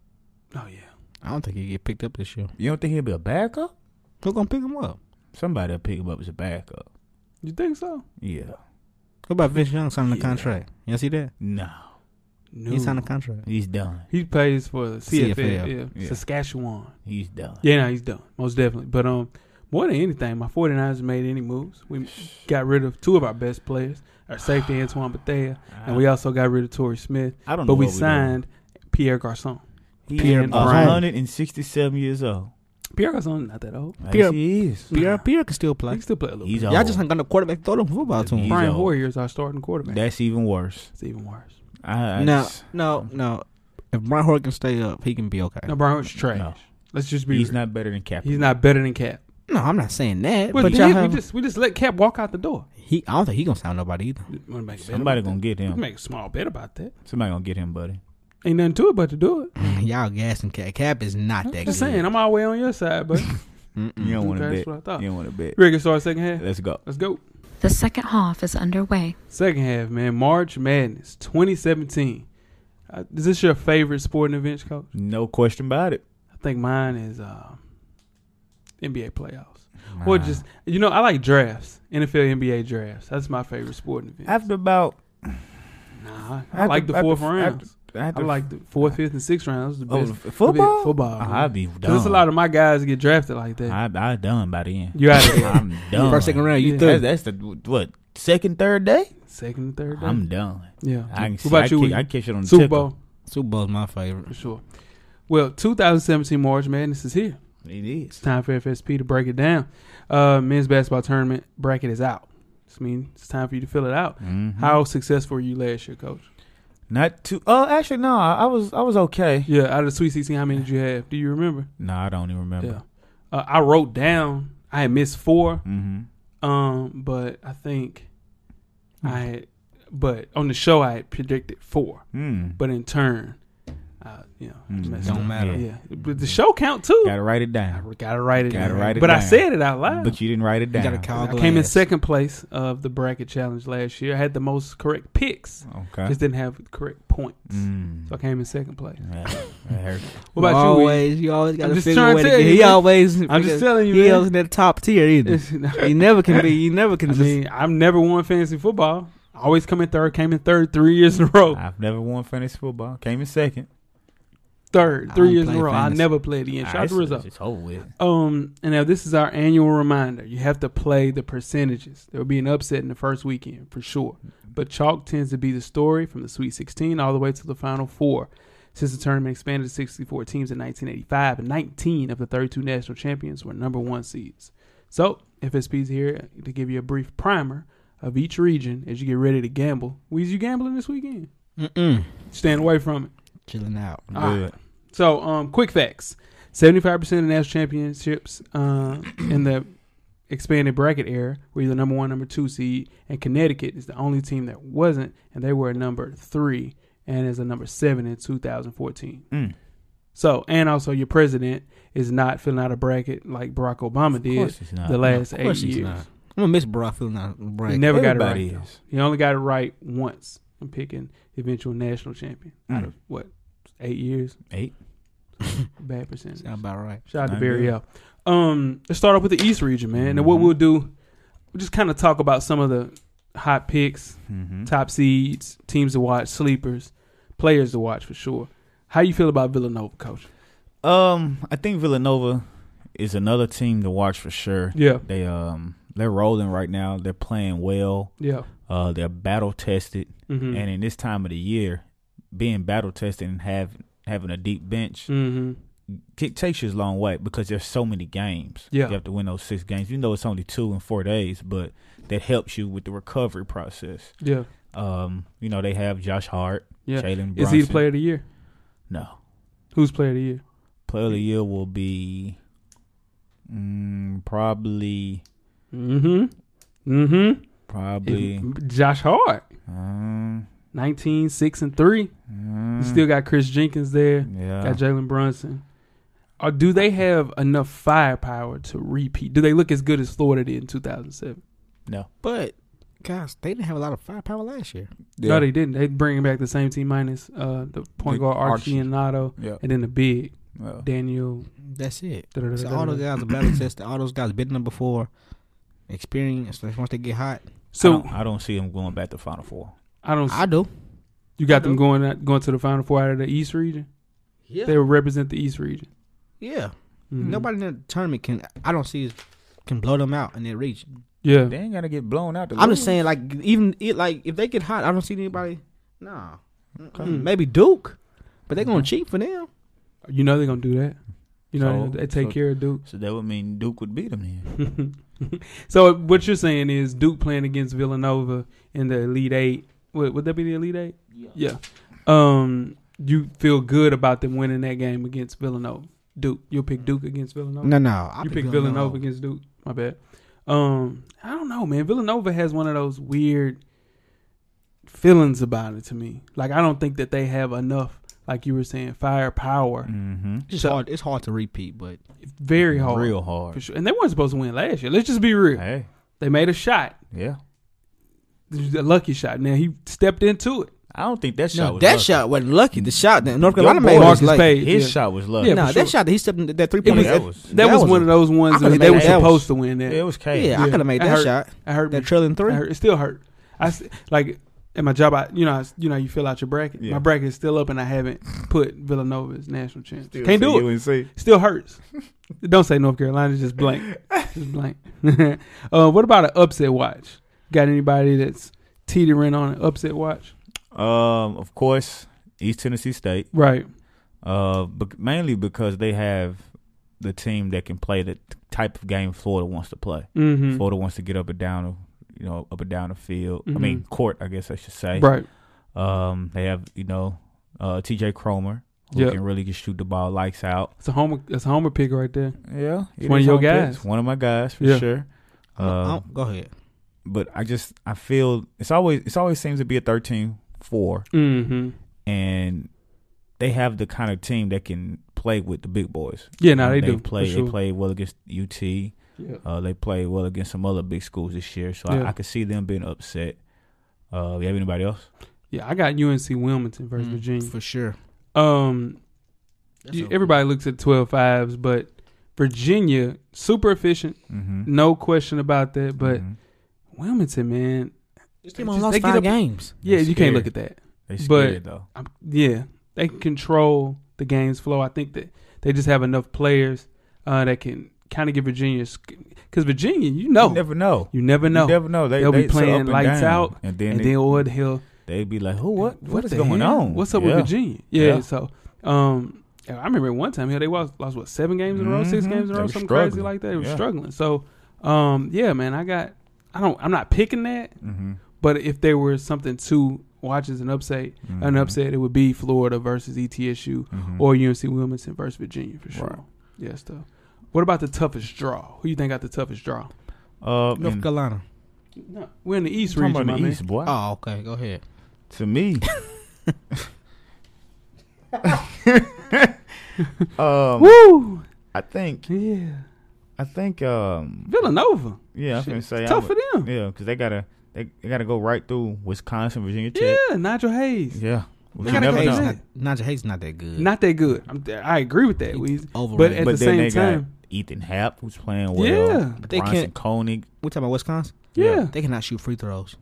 S2: Oh yeah.
S4: I don't think he get picked up this year.
S5: You don't think he'll be a backup?
S4: Who's gonna pick him up?
S5: Somebody'll pick him up as a backup.
S2: You think so?
S5: Yeah.
S4: What about Vince Young signing
S5: Yeah.
S4: a contract? You see that?
S5: No.
S2: No.
S4: He signed a contract.
S5: He's done.
S2: He plays for the CFL,
S4: CFL.
S2: Yeah,
S5: Yeah.
S2: Saskatchewan.
S5: He's done.
S2: Yeah, no, he's done. Most definitely. But um more than anything, my 49ers made any moves. We got rid of two of our best players, our safety Antoine Bethea, and
S4: Ah.
S2: we also got rid of Torrey Smith.
S5: I don't know.
S2: But we
S5: what doing.
S2: signed Pierre Garcon.
S5: He
S4: Pierre
S5: is
S4: Brown.
S5: 167 years old.
S2: Pierre Garcon not that old.
S5: Yes,
S4: Pierre-
S5: he is.
S4: Pierre Pierre can still play.
S2: He still play a little
S5: He's
S2: bit.
S5: old.
S4: Y'all just ain't got no quarterback to throw them football to him.
S5: He's
S2: Brian
S5: old.
S2: Hoyer is our starting quarterback.
S5: That's even worse.
S2: That's even worse.
S5: I, I
S4: No,
S5: just-
S4: no, no. If Brian Hoyer can stay up, he can be okay.
S2: No, Brian Hoyer's trash.
S5: No.
S2: Let's just be
S5: he's
S2: real.
S5: not better than Cap.
S2: he's not better than Cap.
S4: No, I'm not saying that.
S2: Well,
S4: but
S2: he-
S4: y'all
S2: we
S4: have,
S2: just we just let Cap walk out the door.
S4: he, I don't think he gonna sign nobody either.
S2: Wanna make a bet
S5: Somebody
S2: about
S5: gonna
S2: that?
S5: get
S2: You can
S5: him.
S2: make a small bet about that.
S5: Somebody gonna get him, buddy.
S2: Ain't nothing to it but to do it.
S4: (laughs) Y'all gassing Cap. Cap is not
S2: Just
S4: that good.
S2: saying, Mm. I'm always on your
S5: (laughs)
S2: side, but
S4: Mm-mm.
S5: You don't want to
S2: Mm-hmm. that's
S5: bet.
S2: what I thought.
S5: You don't want to bet.
S2: Rick, start second half.
S5: Let's go.
S2: Let's go.
S1: The second half is underway.
S2: Second half, man. March Madness 2017. Uh, is this your favorite sporting event, coach?
S5: No question about it.
S2: I think mine is uh, NBA playoffs. Or just, you know, I like drafts. NFL, NBA drafts. That's my favorite sporting event.
S5: after about
S2: nah, I
S5: after-
S2: like the
S5: after-
S2: fourth
S5: after-
S2: rounds.
S5: after
S2: I like the fourth, fifth, and sixth rounds. Those are The
S5: oh,
S2: best.
S5: f- football.
S2: football,
S5: Oh,
S2: man.
S5: I'd be done.
S2: Because there's a lot of my guys get drafted like that.
S5: I I done by the end.
S2: you out of there.
S5: I'm (laughs) done.
S4: First second round, you
S2: Yeah.
S5: That's,
S4: third.
S5: that's the what second third day.
S2: Second and third. Day.
S5: I'm done.
S2: yeah.
S5: I can
S2: what about
S5: I
S2: you?
S5: Kick,
S2: Wee?
S5: I catch it on the
S2: Super
S5: tickle.
S2: Bowl.
S4: Super Bowl's my favorite.
S2: For sure. Well, 2017 March Madness is here.
S5: It
S2: It's
S5: is.
S2: time for FSP to break it down. Uh, men's basketball tournament bracket is out. This means it's time for you to fill it out.
S5: Mhm.
S2: How successful were you last year, Coach?
S5: Not too. Oh, actually, no. I, I was I was okay.
S2: Yeah, out of the Sweet 16, how many did you have? Do you remember?
S5: No, I don't even remember.
S2: Yeah. Uh, I wrote down, I had missed four,
S5: Mm-hmm.
S2: um, but I think
S5: Hmm.
S2: I had, but on the show, I had predicted four.
S5: Mm.
S2: But in turn, I, you know, I
S5: Mm,
S2: messed
S4: Don't
S2: up.
S4: matter.
S2: Yeah. But the show count, too.
S5: Gotta write it
S2: I
S5: down.
S2: gotta write it
S5: Gotta
S2: down.
S5: write it
S2: but I
S5: down.
S2: said it out loud.
S5: But you didn't write it
S4: You
S5: down.
S4: got a call
S2: I
S4: glass.
S2: came in second place of the bracket challenge last year. I had the most correct picks,
S5: Okay.
S2: just didn't have the correct points.
S5: Mm.
S2: So I came in second place.
S5: Yeah, that hurt.
S2: What about you? Wee?
S4: always, you? always got
S2: I'm
S4: to
S2: just
S4: figure
S2: trying
S4: a way
S2: to
S4: to
S2: tell
S4: get.
S2: you,
S4: He
S2: man.
S4: always.
S2: I'm just telling you,
S4: He
S2: man.
S4: wasn't at the top tier either. (laughs)
S2: It's- no.
S4: You never
S2: (laughs)
S4: can be. You never can
S2: I
S4: just.
S2: mean, I've never won fantasy football. I always come in third. Came in third three years in a row.
S5: I've never won fantasy football. Came in second.
S2: Third
S4: I
S2: three
S4: don't
S2: years in a
S4: play
S2: row. I
S4: fantasy.
S2: never played again. Shout out to
S5: Alright,
S2: Rizzo.
S5: so it's just over with.
S2: Um, and now this is our annual reminder. You have to play the percentages. There will be an upset in the first weekend for sure, but chalk tends to be the story from the Sweet 16 all the way to the Final Four. Since the tournament expanded to 64 teams in 1985, and 19 of the 32 national champions were number one seeds. So FSP's here to give you a brief primer of each region as you get ready to gamble. Weezy, you gambling this weekend?
S4: Mm-mm.
S2: Stand away from it.
S4: Chilling out.
S2: All right.
S5: Good.
S2: So, um, quick facts: seventy-five percent of national championships uh, in the expanded bracket era were either number one, number two seed, and Connecticut is the only team that wasn't, and they were a number three and is a number seven in 2014.
S5: Mm.
S2: So, and also your president is not filling out a bracket like Barack Obama
S5: Of
S2: did
S5: course it's not.
S2: the last
S4: Of
S2: eight
S4: course he's
S2: years.
S4: not. I'm gonna miss bro. I feel not
S2: He
S4: right.
S2: never (laughs) got
S5: Everybody
S2: it right.
S5: is.
S2: He only got it right once in picking eventual national champion out
S5: Mm.
S2: of what eight years.
S5: Eight.
S2: Bad percentage.
S4: (laughs) Sound about right.
S2: Shout out to
S5: Not
S2: Barry
S5: good.
S2: L. Um, let's start off with the East region, man. And what
S5: Mhm.
S2: we'll do, we'll just kind of talk about some of the hot picks,
S5: Mm-hmm.
S2: top seeds, teams to watch, sleepers, players to watch for sure. How you feel about Villanova, coach?
S5: Um, I think Villanova is another team to watch for sure.
S2: Yeah.
S5: They um they're rolling right now. They're playing well.
S2: Yeah.
S5: Uh, they're battle tested,
S2: Mm-hmm.
S5: and in this time of the year, being battle tested and have having a deep bench
S2: mm-hmm.
S5: it takes you a long way because there's so many games.
S2: Yeah.
S5: You have to win those six games. You know it's only two in four days, but that helps you with the recovery process.
S2: Yeah.
S5: Um, you know, they have Josh Hart,
S2: Yeah.
S5: Jalen Bronson.
S2: Is he the player of the year?
S5: No.
S2: Who's player of the year?
S5: Player of the year will be mm, probably
S2: Mm-hmm. Mm-hmm.
S5: probably
S2: Josh Hart.
S5: um,
S2: 19, 6, and 3. You
S5: mm,
S2: still got Chris Jenkins there.
S5: yeah.
S2: Got Jalen Brunson. Or do they have enough firepower to repeat? Do they look as good as Florida did in 2007?
S5: No.
S4: But guys, they didn't have a lot of firepower last year.
S2: No, they didn't. They bringing back the same team minus uh, the point
S5: The
S2: guard Archie
S5: Archie.
S2: and Nato,
S5: Yeah.
S2: and then the big
S5: Yeah.
S2: Daniel.
S4: That's it. So all those
S2: da-da-da-da-da.
S4: guys
S2: (clears throat)
S4: are battle tested. All those guys been there before. Experience. Like, once they get hot,
S5: So I
S2: So
S5: don't, I don't see them going back to Final Four.
S2: I don't.
S4: I do.
S2: you got them going out, going to the final four out of the East region.
S4: Yeah.
S2: They will represent the East region.
S4: yeah.
S2: Mhm.
S4: Nobody in the tournament can. I don't see can blow them out in their region.
S2: Yeah.
S5: They ain't gotta get blown out. to
S4: I'm just
S5: lose.
S4: saying, like even it, like if they get hot, I don't see anybody. Nah.
S2: Mm.
S4: Maybe Duke, but they're gonna cheat for them.
S2: You know they're gonna do that. You know
S5: So-
S2: they take
S5: so-
S2: care of Duke.
S5: So that would mean Duke would beat them then.
S2: (laughs) so what you're saying is Duke playing against Villanova in the Elite Eight. Would, would that be the Elite Eight? Yeah. Um, you feel good about them winning that game against Villanova. Duke, you'll pick Duke against Villanova.
S4: No, no. I
S2: you pick Villanova, against Duke. My bad. Um, I don't know, man. Villanova has one of those weird feelings about it to me. Like I don't think that they have enough, like you were saying, firepower.
S5: Mm-hmm.
S4: It's
S2: So-
S4: Mm. hard. It's hard to repeat, but
S2: Very hard,
S5: Real hard.
S2: for sure. And they weren't supposed to win last year. Let's just be real.
S5: Hey.
S2: They made a shot.
S5: Yeah.
S2: a lucky shot. Now he stepped into it.
S5: I don't think that shot
S4: no,
S5: was
S4: that
S5: lucky.
S4: shot wasn't lucky. The shot that North
S5: Your
S4: Carolina made
S5: boy
S4: was
S2: Marcus
S4: lucky.
S2: Page,
S5: His
S2: yeah.
S5: shot was lucky.
S2: Yeah,
S4: no,
S2: for
S4: that
S2: sure.
S4: shot that he stepped in that three
S2: It
S4: pointer.
S2: was-
S5: that was
S2: That, was, one of those
S4: I
S2: ones
S4: could've
S2: that they
S4: made
S2: were
S4: that.
S2: supposed to win. That
S5: it was
S4: Yeah,
S5: crazy.
S4: I
S2: Yeah.
S4: could have made
S2: I
S4: that
S2: heard-
S4: shot.
S2: I heard
S4: That
S2: me.
S4: trailing three.
S2: I heard, it still hurt. I s- like at my job. I you know I s you know you fill out your bracket.
S3: Yeah.
S2: My bracket is still up, and I haven't put Villanova's national chance.
S3: Still
S2: Can't do
S3: say
S2: it.
S3: UNC.
S2: Still hurts. Don't say North Carolina. Just blank. just blank. (laughs) uh, what about an upset watch? Got anybody that's teetering on an upset watch?
S5: Um, of course, East Tennessee State.
S2: Right.
S5: Uh, but mainly because they have the team that can play the t- type of game Florida wants to play.
S2: Mm-hmm.
S5: Florida wants to get up and down, you know, up and down the field. I
S2: Mhm.
S5: mean, court, I guess I should say.
S2: Right.
S5: Um, they have you know, uh, T.J. Cromer who
S2: Yep.
S5: can really just shoot the ball lights out.
S2: It's a homer. It's a homer pick right there.
S5: Yeah,
S2: It's one of your guys.
S5: One of my guys for
S2: Yeah.
S5: sure.
S4: I
S5: Uh,
S4: don't- go ahead.
S5: but I just I feel it's always it's always seems to be a 13-4
S2: Mm-hmm.
S5: and they have the kind of team that can play with the big boys. Um,
S2: Yeah, no, they,
S5: they
S2: do.
S5: Play,
S2: for sure.
S5: They play well against UT.
S2: Yeah.
S5: Uh, they play well against some other big schools this year. So
S2: Yeah.
S5: I, I could see them being upset. Uh, you have anybody else?
S2: Yeah, I got UNC Wilmington versus
S4: Mm,
S2: Virginia.
S4: for sure.
S2: Um, you- everybody looks at 12 fives, but Virginia super efficient,
S5: Mm-hmm.
S2: no question about that. But
S5: Mhm.
S2: Wilmington, man,
S4: This
S2: team
S4: team
S2: only
S4: only
S2: just- lost they get
S4: lost
S2: five
S4: five
S2: up-
S4: games.
S2: yeah,
S5: They're
S2: you can't
S5: scared.
S2: look at that.
S5: they
S2: but-
S5: scared though.
S2: i yeah, they can control the game's flow. I think that they just have enough players uh, that can kind of give Virginia, because Virginia, you know,
S5: you never know.
S2: you never
S5: You
S2: know,
S5: never know. They,
S2: They'll be
S5: they- so
S2: playing
S5: up and
S2: lights
S5: down.
S2: out,
S5: and then
S2: and
S5: they,
S2: then what the hell?
S5: they'd be like, "Who? What? what is
S2: the
S5: going
S2: hell?
S5: on?
S2: What's up
S5: Yeah.
S2: with Virginia? Yeah,
S5: Yeah.
S2: so um, I remember one time here they lost, lost what seven games in a row, six
S5: Mhm.
S2: games in a
S5: They
S2: row,
S5: were
S2: something crazy
S5: struggling.
S2: like that. They were
S5: Yeah.
S2: struggling. So um, yeah, man, I got I don't I'm not picking that,
S5: Mm-hmm.
S2: but if there were something to watch as an upset,
S5: Mm-hmm.
S2: an upset, it would be Florida versus E ETSU or UNC Wilmington versus Virginia for sure.
S5: Right.
S2: Yeah, stuff. What about the toughest draw? Who you think got the toughest draw?
S5: uh,
S4: North
S5: and-
S4: Carolina.
S2: No, we're in the East
S5: Talking
S2: region,
S5: about
S2: my
S5: the
S2: man.
S5: East, boy.
S4: Oh, okay. Go ahead.
S2: (laughs)
S5: To me,
S3: Um,
S2: Woo!
S5: I think
S2: Yeah,
S5: I think um
S2: Villanova.
S5: yeah, I'm
S2: Shit,
S5: gonna say
S2: it's
S5: I
S2: tough
S5: would-
S2: for them.
S5: Yeah, because they gotta they, they gotta go right through Wisconsin, Virginia Tech.
S2: Yeah, Nigel Hayes.
S5: Yeah, But
S2: They
S5: you
S2: gotta
S5: never
S2: go
S5: know.
S2: Hayes.
S4: Hayes, not, Najee Hayes not that good.
S2: Not that good. I'm, I agree with that. Weezy. But
S4: overrated.
S2: at
S5: But
S2: the
S5: then
S2: same
S5: they got
S2: time,
S5: Ethan Happ, who's playing well.
S2: Yeah.
S5: Bronson
S4: They can't-
S5: Koenig.
S4: We're talking about Wisconsin.
S2: yeah.
S4: They cannot shoot free throws.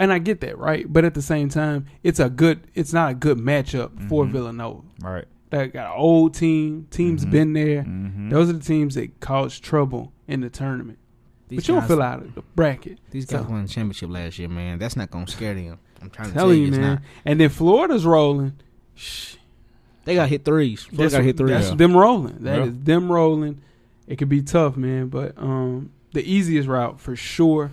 S2: and I get that, right? But at the same time, it's a good. It's not a good matchup for
S5: Mhm.
S2: Villanova.
S5: Right.
S2: that got an old team.
S5: Mm-hmm.
S2: Teams
S3: Mhm.
S2: been there.
S3: Mhm.
S2: Those are the teams that cause trouble in the tournament.
S4: These
S2: but you don't
S4: guys-
S2: feel out of the bracket.
S4: These guys
S2: So-
S4: won the championship last year, man. That's not gonna scare them. I'm trying to tell
S2: telling
S4: you,
S2: you,
S4: it's
S2: man.
S4: not.
S2: And then Florida's rolling. Shh.
S4: They got hit threes. They
S2: That's,
S4: got hit
S2: that's
S4: threes.
S2: them rolling. That is
S3: Yeah.
S2: them rolling. It could be tough, man. But um, the easiest route for sure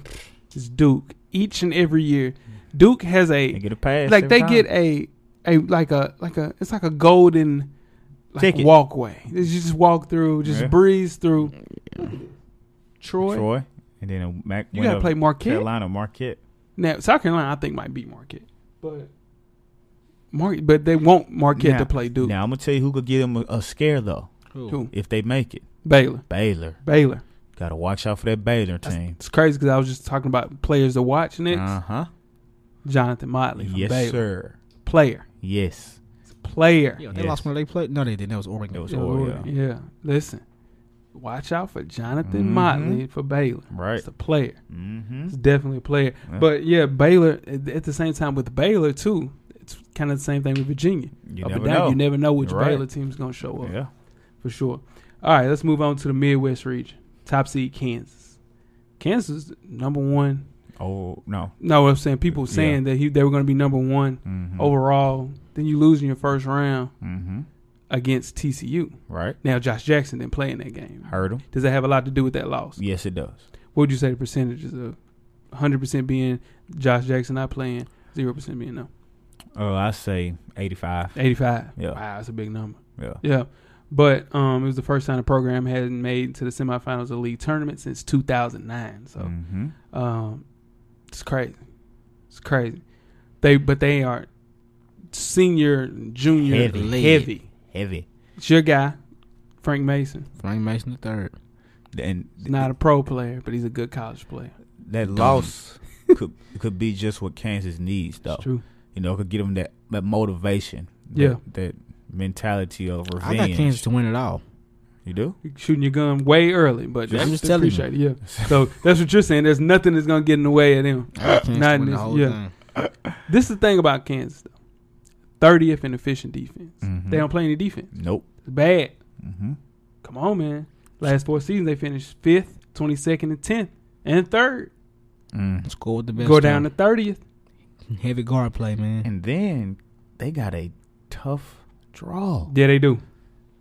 S2: is Duke. Each and every year, Duke has
S3: They
S2: a
S3: get a pass.
S2: like
S3: every
S2: they
S3: time.
S2: get a a like a like a it's like a golden like
S3: Ticket.
S2: walkway. You just walk through, just
S3: Yeah.
S2: breeze through. Troy,
S3: Troy, and then a Mac.
S2: you
S3: win
S2: gotta
S3: of
S2: play Marquette.
S3: Carolina Marquette.
S2: Now South Carolina, I think might beat Marquette, but Mar- but they want Marquette to
S3: Now-
S2: play Duke.
S3: Now I'm gonna tell you who could give them a, a scare though
S4: Who?
S2: Who?
S3: if they make it.
S2: Baylor,
S3: Baylor.
S2: Baylor.
S3: Gotta watch out for that Baylor team.
S2: It's crazy because I was just talking about players to watch next.
S3: Uh huh.
S2: Jonathan Motley from
S3: Yes,
S2: Baylor,
S3: sir.
S2: player,
S3: Yes.
S2: player.
S4: Yeah, they
S3: Yes.
S4: lost when they played. No, they didn't. That was Oregon.
S3: It was
S2: Yeah,
S3: Oreo.
S2: yeah. Listen, watch out for Jonathan
S3: Mhm.
S2: Motley for Baylor.
S3: Right.
S2: It's a player.
S3: Mm-hmm.
S2: It's definitely a player.
S3: Yeah.
S2: But yeah, Baylor. At at the same time, with Baylor too, it's kind of the same thing with Virginia.
S3: You
S2: Up
S3: never
S2: and down,
S3: know.
S2: you never know which
S3: You're right.
S2: Baylor team's gonna show up.
S3: yeah.
S2: for sure. All right, let's move on to the Midwest region. Top seed Kansas. Kansas number one.
S3: Oh no.
S2: No, I'm saying people
S3: Yeah.
S2: saying that he, they were going to be number one
S3: Mm-hmm.
S2: overall. Then you lose in your first round
S3: Mm-hmm.
S2: against TCU.
S3: Right.
S2: Now Josh Jackson didn't play in that game.
S3: Heard him.
S2: Does that have a lot to do with that loss?
S3: Yes, it does.
S2: What would you say the percentages of 100% being Josh Jackson not playing, 0% being no?
S3: Oh, I say 85.
S2: 85.
S3: Yeah.
S2: Wow, that's a big number.
S3: Yeah.
S2: Yeah. But um, it was the first time the program hadn't made to the semifinals of the league tournament since 2009. So
S3: Mm-hmm.
S2: Um, it's crazy. It's crazy. They but they are senior, junior,
S3: Heavy.
S2: heavy.
S3: Heavy.
S2: It's your guy, Frank Mason.
S4: Frank Mason the third.
S3: And
S2: He's not a pro player, but he's a good college player.
S3: that loss could (laughs) could be just what Kansas needs, though.
S2: It's true.
S3: You know, it could give them that, that motivation. that-
S2: Yeah.
S3: That mentality of
S4: I
S3: revenge.
S4: got Kansas to win it all.
S3: You do?
S2: You're shooting your gun way early, but
S3: I'm
S2: that's
S4: just telling you.
S2: appreciated. Yeah. So that's what you're saying. There's nothing that's gonna get in the way of them. (laughs)
S4: I got Kansas
S2: Not
S4: to win
S2: in
S4: the
S2: this-
S4: whole
S2: yeah.
S4: thing.
S2: This is the thing about Kansas though. Thirtieth in efficient defense.
S3: Mhm.
S2: They don't play any defense.
S3: Nope.
S2: It's bad.
S3: Mm-hmm.
S2: Come on, man. Last four seasons they finished fifth, twenty second, and tenth, and third.
S3: Mm.
S4: Score with the best.
S2: Go down to
S4: team.
S2: thirtieth.
S4: heavy guard play, man.
S3: And then they got a tough draw.
S2: Yeah, they do.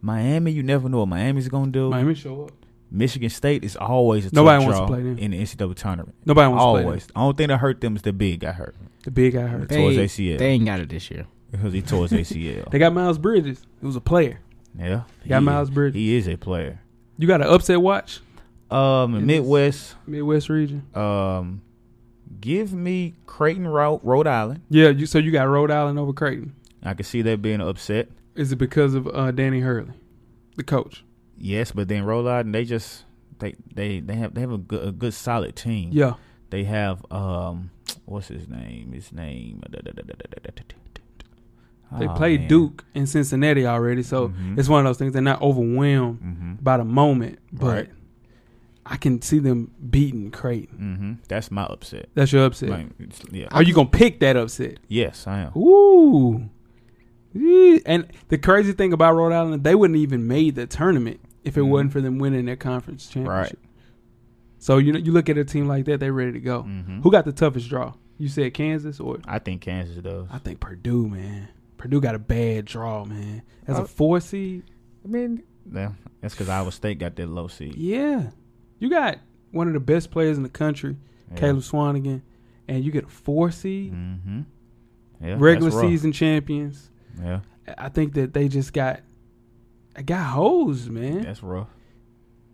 S3: Miami, you never know what Miami's gonna do.
S2: Miami show up.
S3: Michigan State is always a
S2: Nobody
S3: tough
S2: wants to
S3: draw
S2: play them.
S3: in the NCAA tournament.
S2: Nobody wants to play.
S3: Always. The only thing that hurt them is the big got hurt.
S2: them. The big guy hurt.
S3: Towards
S4: They-
S3: ACL.
S4: They ain't got it this year.
S3: Because he tore his ACL.
S2: They got Miles Bridges, who's a player.
S3: yeah.
S2: (laughs) They got
S3: He-
S2: Miles Bridges.
S3: He is a player.
S2: You got an upset watch,
S3: Um,
S2: It is.
S3: Midwest.
S2: Midwest region.
S3: Um, give me Creighton, Ro- Rhode Island.
S2: Yeah, you, so you got Rhode Island over Creighton.
S3: I can see that being upset.
S2: Is it because of uh, Danny Hurley, the coach?
S3: Yes, but then Rhode Island, they just they they they have they have a good, a good solid team.
S2: Yeah,
S3: They have um, what's his name? His name.
S2: they
S3: Aw,
S2: played
S3: Oh, man.
S2: Duke in Cincinnati already, so
S3: Mhm.
S2: it's one of those things. They're not overwhelmed
S3: Mhm.
S2: by the moment, but
S3: Right.
S2: I can see them beating Creighton.
S3: Mhm. That's my upset.
S2: That's your upset.
S3: Like, it's- yeah.
S2: Are you gonna pick that upset?
S3: Yes, I am.
S2: Ooh. Yee. And the crazy thing about Rhode Island, they wouldn't even made the tournament if it
S3: Mhm.
S2: wasn't for them winning their conference championship. So you know, you look at a team like that, they're ready to go.
S3: Mhm.
S2: Mm-hmm. Who got the toughest draw? You said Kansas, or
S3: I think Kansas does.
S2: I think Purdue, man. Purdue got a bad draw, man. As a four seed,
S3: I mean, yeah, that's because Iowa State got that low seed.
S2: yeah, you got one of the best players in the country, Caleb Swanigan, and you get a four seed,
S3: Mm-hmm. Yeah,
S2: regular
S3: that's rough.
S2: season champions.
S3: Yeah,
S2: I think that they just got I got hosed, man.
S3: that's rough.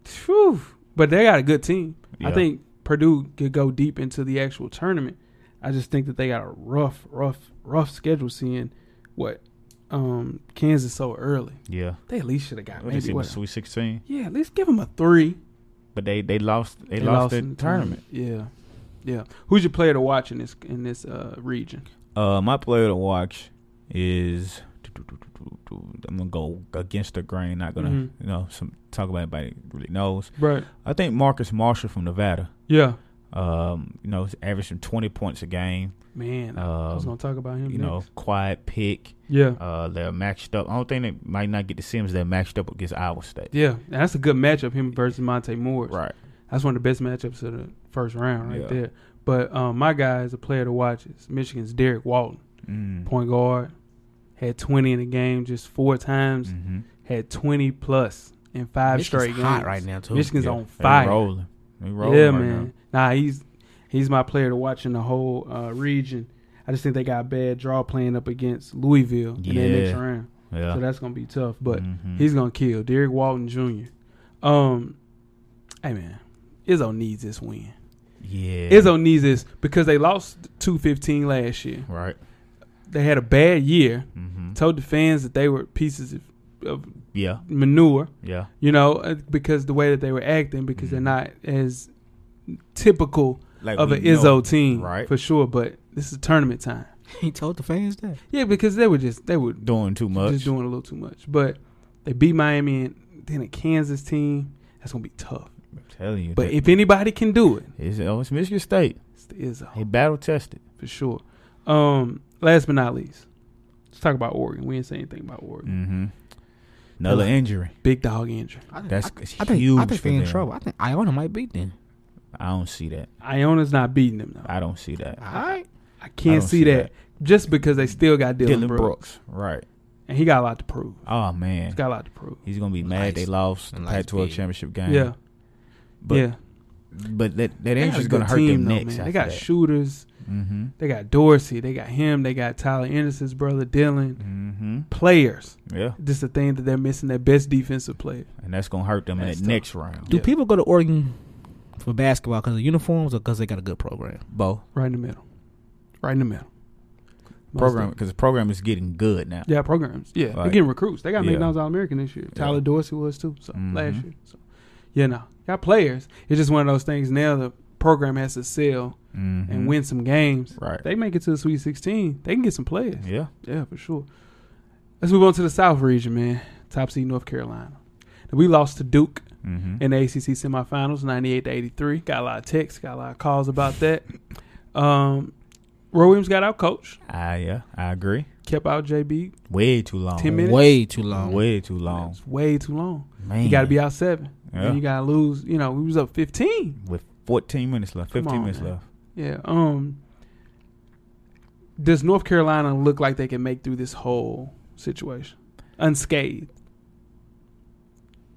S2: Phew. But they got a good team. I
S3: Yeah.
S2: think Purdue could go deep into the actual tournament. I just think that they got a rough, rough, rough schedule seeing what um Kansas so early.
S3: Yeah,
S2: They at least should have got
S3: what is
S2: maybe
S3: it, the
S2: what
S3: Sweet Sixteen?
S2: yeah, let's give them a three.
S3: But they they lost they, lost, the
S2: in
S3: tournament.
S2: Yeah, yeah. Who's your player to watch in this in this uh, region?
S3: Uh, my player to watch is I'm gonna go against the grain. Not gonna
S2: Mhm.
S3: you know some talk about anybody that really knows.
S2: Right.
S3: I think Marcus Marshall from Nevada.
S2: Yeah.
S3: Um, you know, averaging 20 points a game.
S2: Man, I was
S3: Um,
S2: gonna talk about him.
S3: You know,
S2: next.
S3: quiet pick.
S2: yeah,
S3: Uh, they're maxed up. I don't think they might not get the Sims. They're maxed up against Iowa State.
S2: yeah, and that's a good matchup. Him versus Monte Morris.
S3: Right.
S2: That's one of the best matchups of the first round right
S3: Yeah.
S2: there. But um, my guy is a player to watch. It's Michigan's Derek Walton,
S3: Mm.
S2: point guard. Had 20 in the game just four times.
S3: Mm-hmm.
S2: Had 20 plus in five
S4: Michigan's
S2: straight games.
S4: hot right now too.
S2: Michigan's
S3: Yeah,
S2: on
S3: they
S2: fire.
S3: Rolling. They rolling
S2: Yeah,
S3: right
S2: man. Nah, he's he's my player to watch in the whole uh, region. I just think they got a bad draw playing up against Louisville in their next
S3: Yeah.
S2: round,
S3: now. Yeah.
S2: so that's gonna be tough. But
S3: Mhm.
S2: he's gonna kill Derek Walton Jr. Um, hey man, Izzo needs this win.
S3: yeah.
S2: Izzo needs this because they lost two fifteen last year.
S3: right.
S2: They had a bad year.
S3: Mm-hmm.
S2: Told the fans that they were pieces of, of
S3: Yeah.
S2: manure,
S3: Yeah.
S2: you know, uh, because the way that they were acting, because they're
S3: Mhm.
S2: not as typical
S3: Like
S2: of
S3: we
S2: an
S3: know-
S2: Izzo team,
S3: right.
S2: For sure, but this is tournament time.
S4: (laughs) he told the fans that.
S2: Yeah, because they were just they were
S3: doing too much.
S2: just doing a little too much. But they beat Miami and then a Kansas team. That's gonna be tough.
S3: I'm telling you.
S2: But
S3: that-
S2: if anybody can do it,
S3: it's, oh, it's Michigan State.
S2: it's the Izzo
S3: They battle tested.
S2: for sure. Um, last but not least, let's talk about Oregon. We didn't say anything about Oregon.
S3: Mm-hmm. Another
S2: Hello.
S3: Mm. injury.
S2: Big dog injury.
S4: I think,
S3: That's
S4: I,
S3: it's
S4: I think,
S3: huge
S4: I think
S3: for
S4: they're in
S3: them.
S4: trouble. I think Iona might beat them.
S3: I don't see that.
S2: Iona's not beating them though.
S3: I don't see that.
S4: Alright.
S2: I
S3: I
S2: can't
S3: don't
S2: see,
S3: see
S2: that. just because they still got Dylan,
S3: Dylan
S2: Brooks.
S3: Brooks. Right.
S2: and he got a lot to prove.
S3: Oh
S2: He's
S3: man.
S2: got a lot to prove.
S3: He's gonna be mad
S4: Nice.
S3: they lost the
S4: Nice
S3: Pac-12
S4: big.
S3: championship game.
S2: yeah,
S3: But
S2: yeah.
S3: but that
S2: They
S3: that
S2: got a
S3: injury's gonna
S2: good
S3: hurt
S2: team,
S3: them
S2: though,
S3: next.
S2: man. They got shooters.
S3: Mm-hmm.
S2: They got Dorsey. They got him. They got Tyler Anderson's brother Dylan.
S3: Mm-hmm.
S2: Players.
S3: Yeah.
S2: Just the thing that they're missing their best defensive player.
S3: And that's gonna hurt them
S2: That's
S3: in
S2: tough.
S3: the next round.
S4: Do
S2: Yeah.
S4: people go to Oregon for basketball because of uniforms or because they got a good program?
S3: Bo
S2: Right in the middle. Right in the middle. Most
S3: program
S2: of-
S3: because the program is getting good now.
S2: Yeah, programs. Yeah, they're
S3: Like-
S2: getting recruits. They got
S3: Yeah.
S2: McDonald's All American this year. Tyler
S3: Yeah.
S2: Dorsey was too. So last
S3: Mhm.
S2: year. So yeah, no, got players. It's just one of those things. Now the program has to sell
S3: Mm-hmm.
S2: and win some games.
S3: Right.
S2: They make it to the Sweet 16. They can get some players.
S4: Mm-hmm.
S3: yeah.
S2: Yeah, for sure. Let's move on to the South region, man. Top seed North Carolina. Now, we lost to Duke
S3: Mm-hmm.
S2: in the ACC semifinals, 98 to 83. Got a lot of texts, got a lot of calls about that. Um, Roy Williams got out coach,
S3: I yeah. I agree.
S2: kept out JB.
S3: Way too long.
S2: 10 minutes.
S4: Way too long.
S3: Way too long.
S2: That's way too long.
S3: Man.
S2: You got to be out seven.
S3: Yeah.
S2: And you got to lose. You know, we was up 15.
S3: with 14 minutes left,
S2: Come
S3: 15
S2: on,
S3: minutes
S2: man.
S3: left.
S2: Yeah. Um, does North Carolina look like they can make through this whole situation unscathed?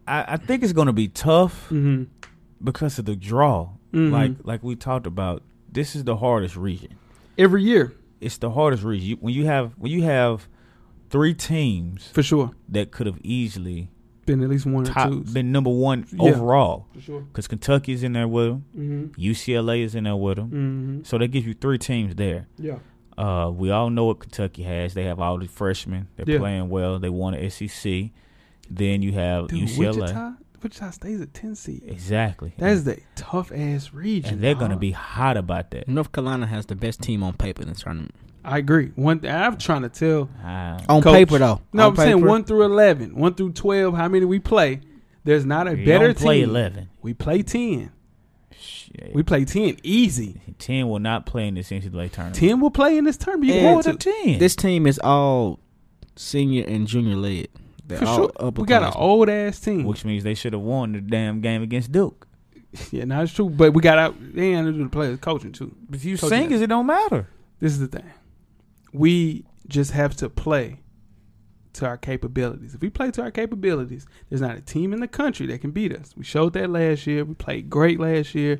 S3: I, I think it's going to be tough
S2: Mm-hmm.
S3: because of the draw.
S2: Mhm.
S3: Like like we talked about, this is the hardest region.
S2: Every year,
S3: It's the hardest region. You, when you have when you have three teams
S2: for sure.
S3: that could have easily
S2: Been at least one
S3: top,
S2: or two.
S3: been number one
S2: Yeah.
S3: overall
S2: For sure.
S3: because Kentucky's in there with them,
S2: Mm-hmm.
S3: UCLA is in there with them.
S2: Mm-hmm.
S3: So that gives you three teams there.
S2: Yeah.
S3: Uh, we all know what Kentucky has. They have all the freshmen. They're
S2: Yeah.
S3: playing well. They won the SEC. Then you have
S2: Dude,
S3: UCLA.
S2: Wichita, Wichita stays at 10 seed.
S3: Exactly.
S2: That is the tough ass region. Ah.
S3: and they're going to
S2: dog.
S3: be hot about that.
S4: North Carolina has the best team on paper in this tournament.
S2: I agree. One, I'm trying to tell.
S3: Ah,
S4: On
S2: Coach.
S4: paper though.
S2: No,
S4: On
S2: I'm saying
S4: paper.
S2: one through eleven, one through twelve. How many we play? There's not a
S3: you
S2: better
S3: don't play
S2: team.
S3: 11.
S2: We play ten.
S3: Shit.
S2: We play ten easy.
S3: 10 will not play in this NCAA tournament.
S2: Ten will play in this tournament. You
S4: And
S2: want
S3: to
S2: to?
S3: 10.
S4: This team is all senior and junior led. They're
S2: For
S4: all
S2: sure.
S4: upperclassmen.
S2: We got an old ass team.
S3: which means they should have won the damn game against Duke.
S2: (laughs) yeah, no, it's true. But we got out. They ain't do the players coaching too.
S3: But you
S2: Coach sing
S3: sing
S2: has-
S3: is it don't matter.
S2: This is the thing. We just have to play to our capabilities. If we play to our capabilities, there's not a team in the country that can beat us. We showed that last year. We played great last year.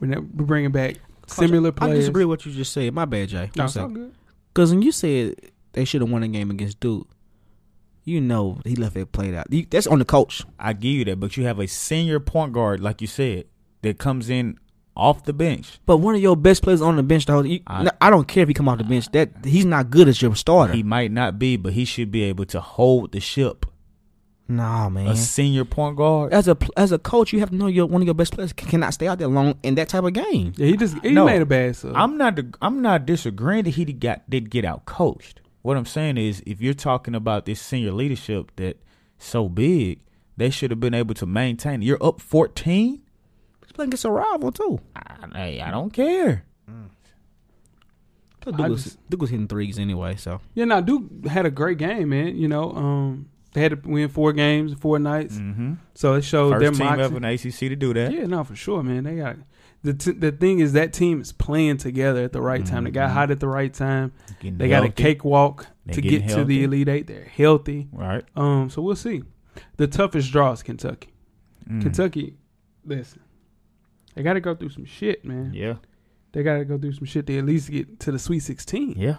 S2: We're, never, we're bringing back similar
S4: I
S2: players.
S4: disagree with what you just said. My bad, Jay.
S2: No, it's all good.
S4: Because when you said they should have won a game against Duke, you know he left it played out. You- That's on the coach.
S3: I give you that, but you have a senior point guard, like you said, that comes in off the bench.
S4: But one of your best players on the bench, the whole you,
S3: I-
S4: I, I don't care if he come off the bench. That he's not good as your starter.
S3: He might not be, but he should be able to hold the ship.
S4: nah, man.
S3: A senior point guard.
S4: as a pl- as a coach, you have to know your one of your best players c- cannot stay out there long in that type of game.
S2: Yeah, he just he
S3: No.
S2: made a bad sub.
S3: Uh, I'm not. ag- I'm not disagreeing that he did got did get out coached. What I'm saying is, if you're talking about this senior leadership that so big, they should have been able to maintain. You're up 14.
S4: think it's a rival too.
S3: I, hey, I don't care.
S4: Plus,
S2: I
S4: Duke, was,
S2: just-
S4: Duke was hitting threes anyway, so
S2: Yeah, now Duke had a great game, man. You know, um, they had to win four games, four nights.
S3: Mm-hmm.
S2: So it showed
S3: First
S2: their
S3: team
S2: moxie.
S3: ever in the ACC to do that.
S2: Yeah, no, for sure, man. They got the t- the thing is that team is playing together at the right time. They got hot at the right time.
S3: Getting
S2: They got a
S3: Mm-hmm. healthy.
S2: cakewalk
S3: They
S2: to
S3: getting
S2: get to the
S3: healthy.
S2: elite eight. They're healthy.
S3: Right.
S2: Um, so we'll see. The toughest draw is Kentucky.
S3: Mm.
S2: Kentucky, listen, they got to go through some shit, man.
S3: Yeah.
S2: They got to go through some shit to at least get to the Sweet Sixteen.
S3: Yeah.